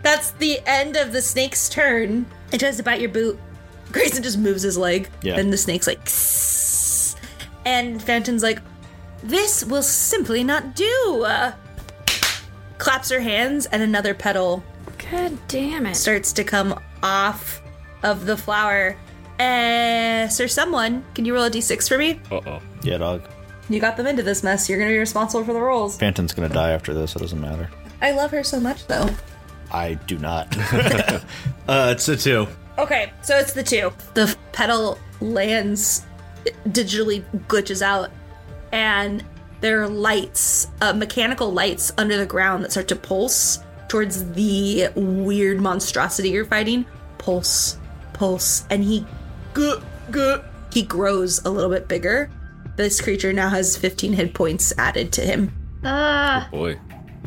[SPEAKER 1] That's the end of the snake's turn. It tries to bite your boot. Grayson just moves his leg.
[SPEAKER 2] Yeah.
[SPEAKER 1] Then the snake's like, "Kss." and Fenton's like, this will simply not do. Uh, claps her hands, and another petal
[SPEAKER 7] God damn it.
[SPEAKER 1] starts to come off of the flower. Uh, sir, someone, can you roll a d6 for me?
[SPEAKER 3] Uh oh.
[SPEAKER 2] Yeah, dog.
[SPEAKER 1] You got them into this mess. You're going to be responsible for the rolls.
[SPEAKER 2] Phantom's gonna die after this. It doesn't matter.
[SPEAKER 1] I love her so much, though.
[SPEAKER 2] I do not. *laughs* uh, it's a two.
[SPEAKER 1] Okay, so it's the two. The pedal lands, it digitally glitches out, and there are lights, uh, mechanical lights under the ground that start to pulse towards the weird monstrosity you're fighting. Pulse, pulse, and he, gu- gu- he grows a little bit bigger. This creature now has 15 hit points added to him.
[SPEAKER 8] Uh,
[SPEAKER 3] Boy.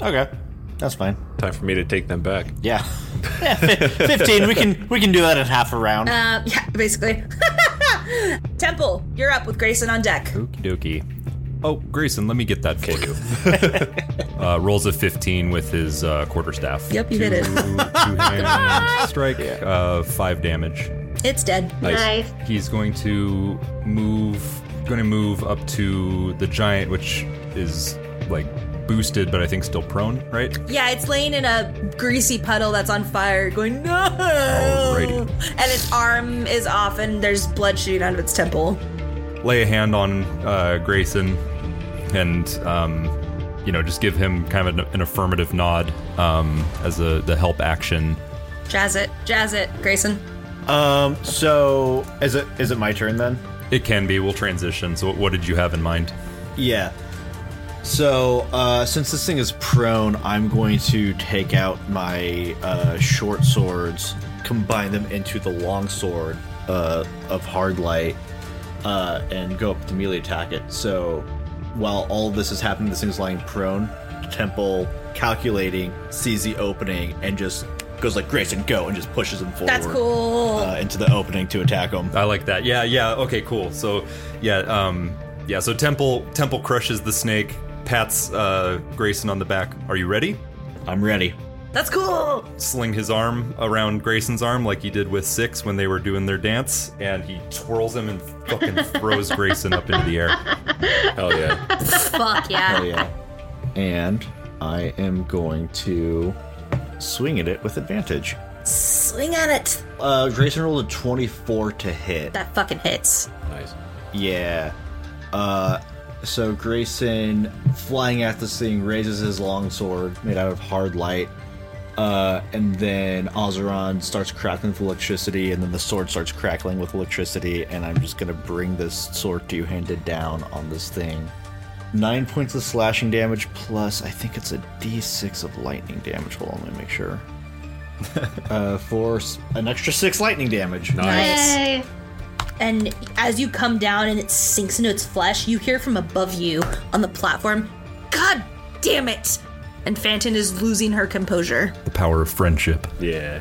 [SPEAKER 2] Okay, that's fine.
[SPEAKER 3] Time for me to take them back.
[SPEAKER 2] Yeah, *laughs* yeah fi- fifteen. We can we can do that in half a round.
[SPEAKER 1] Uh, yeah, basically. *laughs* Temple, you're up with Grayson on deck.
[SPEAKER 4] Okie dokie. Oh, Grayson, let me get that for you. *laughs* uh, rolls a 15 with his uh, quarterstaff.
[SPEAKER 1] Yep, you hit it. *laughs*
[SPEAKER 4] Two-hand strike, uh, five damage.
[SPEAKER 1] It's dead.
[SPEAKER 8] nice.
[SPEAKER 4] He's going to move, going to move up to the giant, which is like boosted, but I think still prone, right?
[SPEAKER 1] Yeah, it's laying in a greasy puddle that's on fire, going no.
[SPEAKER 4] Alrighty.
[SPEAKER 1] And its arm is off, and there's blood shooting out of its temple.
[SPEAKER 4] lay a hand on uh, Grayson and um, you know just give him kind of an, an affirmative nod um, as a the help action.
[SPEAKER 1] Jazz it, jazz it, Grayson.
[SPEAKER 2] Um, so is it is it my turn then?
[SPEAKER 4] It can be. We'll transition. So what did you have in mind?
[SPEAKER 2] Yeah. So uh, since this thing is prone, I'm going to take out my uh, short swords, combine them into the long sword uh, of hard light, uh, and go up to melee attack it. So while all this is happening, this thing's lying prone. Temple calculating, sees the opening, and just goes like Grayson, go, and just pushes him forward.
[SPEAKER 1] That's cool.
[SPEAKER 2] Uh, into the opening to attack him.
[SPEAKER 4] I like that. Yeah, yeah. Okay, cool. So yeah, um, yeah. So Temple Temple crushes the snake. Pats uh, Grayson on the back. Are you ready?
[SPEAKER 2] I'm ready.
[SPEAKER 1] That's cool.
[SPEAKER 4] sling his arm around Grayson's arm like he did with Six when they were doing their dance, and he twirls him and fucking throws Grayson up into the air.
[SPEAKER 2] Hell yeah.
[SPEAKER 7] Fuck yeah.
[SPEAKER 2] Hell yeah. And I am going to swing at it with advantage.
[SPEAKER 1] Swing at it.
[SPEAKER 2] Uh, Grayson rolled a 24 to hit.
[SPEAKER 1] That fucking hits.
[SPEAKER 2] Nice. Yeah. Uh, so Grayson, flying at this thing, raises his longsword made out of hard light. Uh, and then Ozeron starts crackling with electricity, and then the sword starts crackling with electricity. And I'm just gonna bring this sword two handed down on this thing. Nine points of slashing damage plus, I think it's a d6 of lightning damage. Hold on, let me make sure. uh, for s- an extra six lightning damage.
[SPEAKER 1] And as you come down and it sinks into its flesh, you hear from above you on the platform, God damn it! And Phanton is losing her composure.
[SPEAKER 4] The power of friendship.
[SPEAKER 2] Yeah.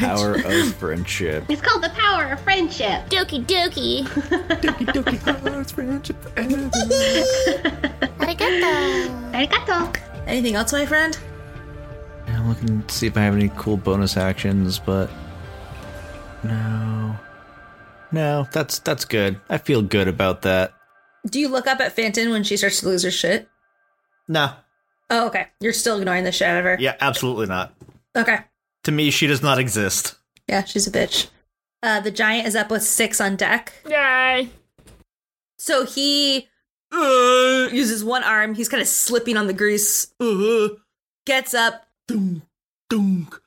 [SPEAKER 2] Power of friendship.
[SPEAKER 8] It's called the power of friendship. Doki doki. *laughs* Arigato. Arigato.
[SPEAKER 1] Anything else, my friend?
[SPEAKER 2] I'm looking to see if I have any cool bonus actions, but no, no, that's that's good. I feel good about that.
[SPEAKER 1] Do you look up at Phanton when she starts to lose her shit?
[SPEAKER 2] No.
[SPEAKER 1] Oh, okay. You're still ignoring the shit out of her.
[SPEAKER 2] Yeah, absolutely not.
[SPEAKER 1] Okay.
[SPEAKER 2] To me, she does not exist.
[SPEAKER 1] Yeah, she's a bitch. Uh, the giant is up with six on deck.
[SPEAKER 7] Yay.
[SPEAKER 1] So he uh, uses one arm. He's kind of slipping on the grease. Uh, gets up. Dunk, dunk.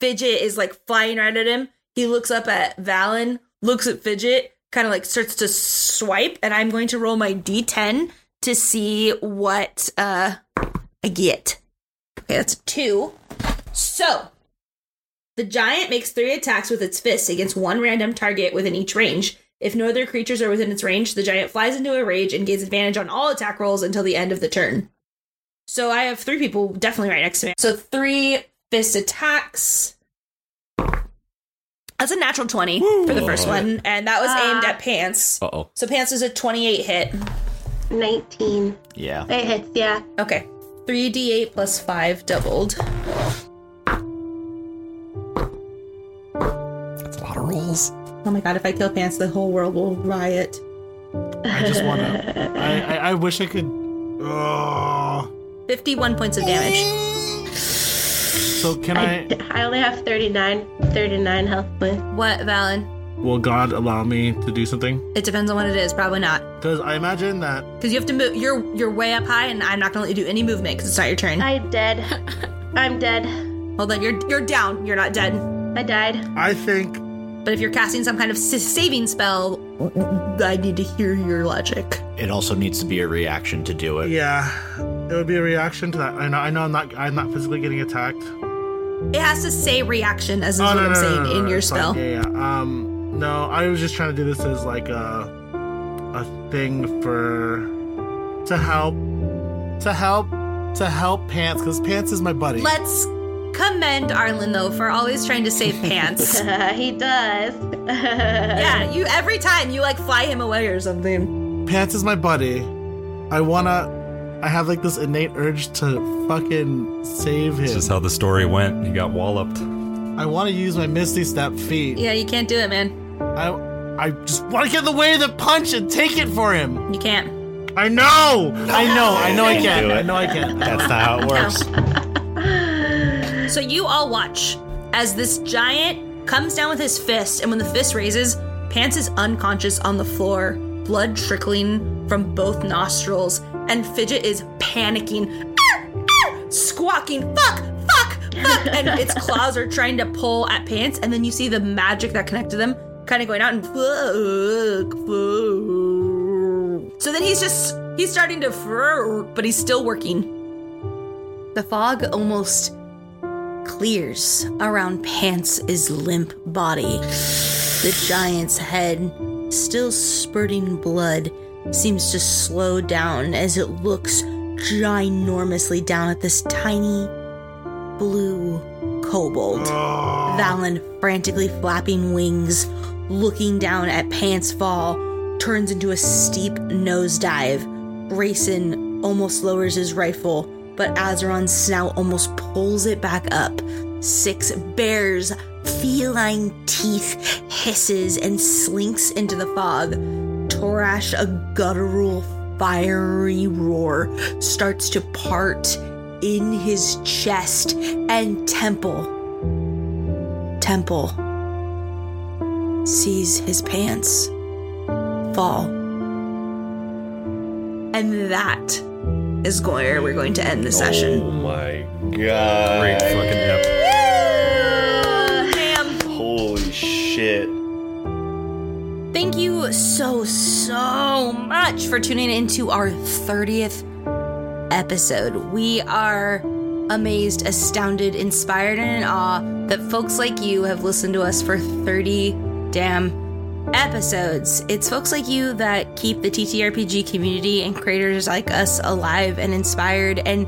[SPEAKER 1] Fidget is like flying right at him. He looks up at Valen, looks at Fidget, kind of like starts to swipe. And I'm going to roll my d10 to see what uh, I get. Okay, that's a two. So the giant makes three attacks with its fists against one random target within each range. If no other creatures are within its range, the giant flies into a rage and gains advantage on all attack rolls until the end of the turn. So I have three people definitely right next to me. So three fist attacks. That's a natural 20 for the first one, and that was aimed at Pants.
[SPEAKER 2] Uh oh.
[SPEAKER 1] So Pants is a 28 hit. 19.
[SPEAKER 2] Yeah.
[SPEAKER 1] It hits, yeah. Okay. 3d8 plus 5 doubled.
[SPEAKER 4] That's a lot of rolls.
[SPEAKER 1] Oh my god, if I kill Pants, the whole world will riot.
[SPEAKER 10] *laughs* I just want to. I, I, I wish I could. Ugh.
[SPEAKER 1] 51 points of damage.
[SPEAKER 10] So can I?
[SPEAKER 5] I only have 39, 39 health points.
[SPEAKER 1] What, Valen?
[SPEAKER 10] Will God allow me to do something?
[SPEAKER 1] It depends on what it is. Probably not.
[SPEAKER 10] Because I imagine that.
[SPEAKER 1] Because you have to move. You're you're way up high, and I'm not gonna let you do any movement because it's not your turn.
[SPEAKER 5] I'm dead. I'm dead.
[SPEAKER 1] Hold on. You're you're down. You're not dead.
[SPEAKER 5] I died. *laughs*
[SPEAKER 10] I think.
[SPEAKER 1] But if you're casting some kind of s- saving spell, I need to hear your logic.
[SPEAKER 2] It also needs to be a reaction to do it.
[SPEAKER 10] Yeah, it would be a reaction to that. I know. I know. I'm not. I'm not physically getting attacked.
[SPEAKER 1] It has to say reaction, as is
[SPEAKER 10] Oh,
[SPEAKER 1] what
[SPEAKER 10] no,
[SPEAKER 1] I'm
[SPEAKER 10] no, no,
[SPEAKER 1] saying
[SPEAKER 10] no, no,
[SPEAKER 1] in
[SPEAKER 10] no,
[SPEAKER 1] your
[SPEAKER 10] it's fine.
[SPEAKER 1] spell.
[SPEAKER 10] Yeah, yeah. Um, no, I was just trying to do this as like a a thing for to help to help to help Pants because Pants is my buddy.
[SPEAKER 1] Let's commend Arlen though for always trying to save pants.
[SPEAKER 5] *laughs* he does. *laughs*
[SPEAKER 1] yeah, you every time you like fly him away or something.
[SPEAKER 10] Pants is my buddy. I wanna. I have like this innate urge to fucking save him.
[SPEAKER 4] This is how the story went. He got walloped.
[SPEAKER 10] I want to use my Misty Step feet.
[SPEAKER 1] Yeah, you can't do it, man.
[SPEAKER 10] I I just want to get in the way of the punch and take it for him.
[SPEAKER 1] You can't.
[SPEAKER 10] I know. I know. I know. I can. I know. I can.
[SPEAKER 2] That's not how it works.
[SPEAKER 1] *laughs* So you all watch as this giant comes down with his fist, and when the fist raises, Pants is unconscious on the floor, blood trickling from both nostrils, and Fidget is panicking, "Ah! Ah!" squawking, fuck, fuck, fuck, and its claws are trying to pull at Pants, and then you see the magic that connected them kind of going out and fuck, fuck. So then he's just, he's starting to, fuck, but he's still working. The fog almost clears around Pants' limp body. The giant's head, still spurting blood, seems to slow down as it looks ginormously down at this tiny blue kobold. Valen, frantically flapping wings, looking down at Pants fall, turns into a steep nosedive. Grayson almost lowers his rifle, but Azeron's snout almost pulls it back up. Six bears feline teeth hisses and slinks into the fog. Torash, a guttural, fiery roar, starts to part in his chest, and Temple, Temple, sees his pants fall. And that is going where we're going to end the session.
[SPEAKER 3] Oh my god. Great fucking ep.
[SPEAKER 1] Damn.
[SPEAKER 3] Holy shit.
[SPEAKER 1] Thank you so, so much for tuning into our 30th episode. We are amazed, astounded, inspired, and in awe that folks like you have listened to us for 30 damn episodes. It's folks like you that keep the TTRPG community and creators like us alive and inspired and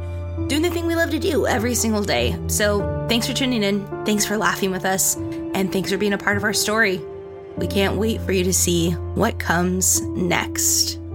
[SPEAKER 1] doing the thing we love to do every single day. So, thanks for tuning in. Thanks for laughing with us. And thanks for being a part of our story. We can't wait for you to see what comes next.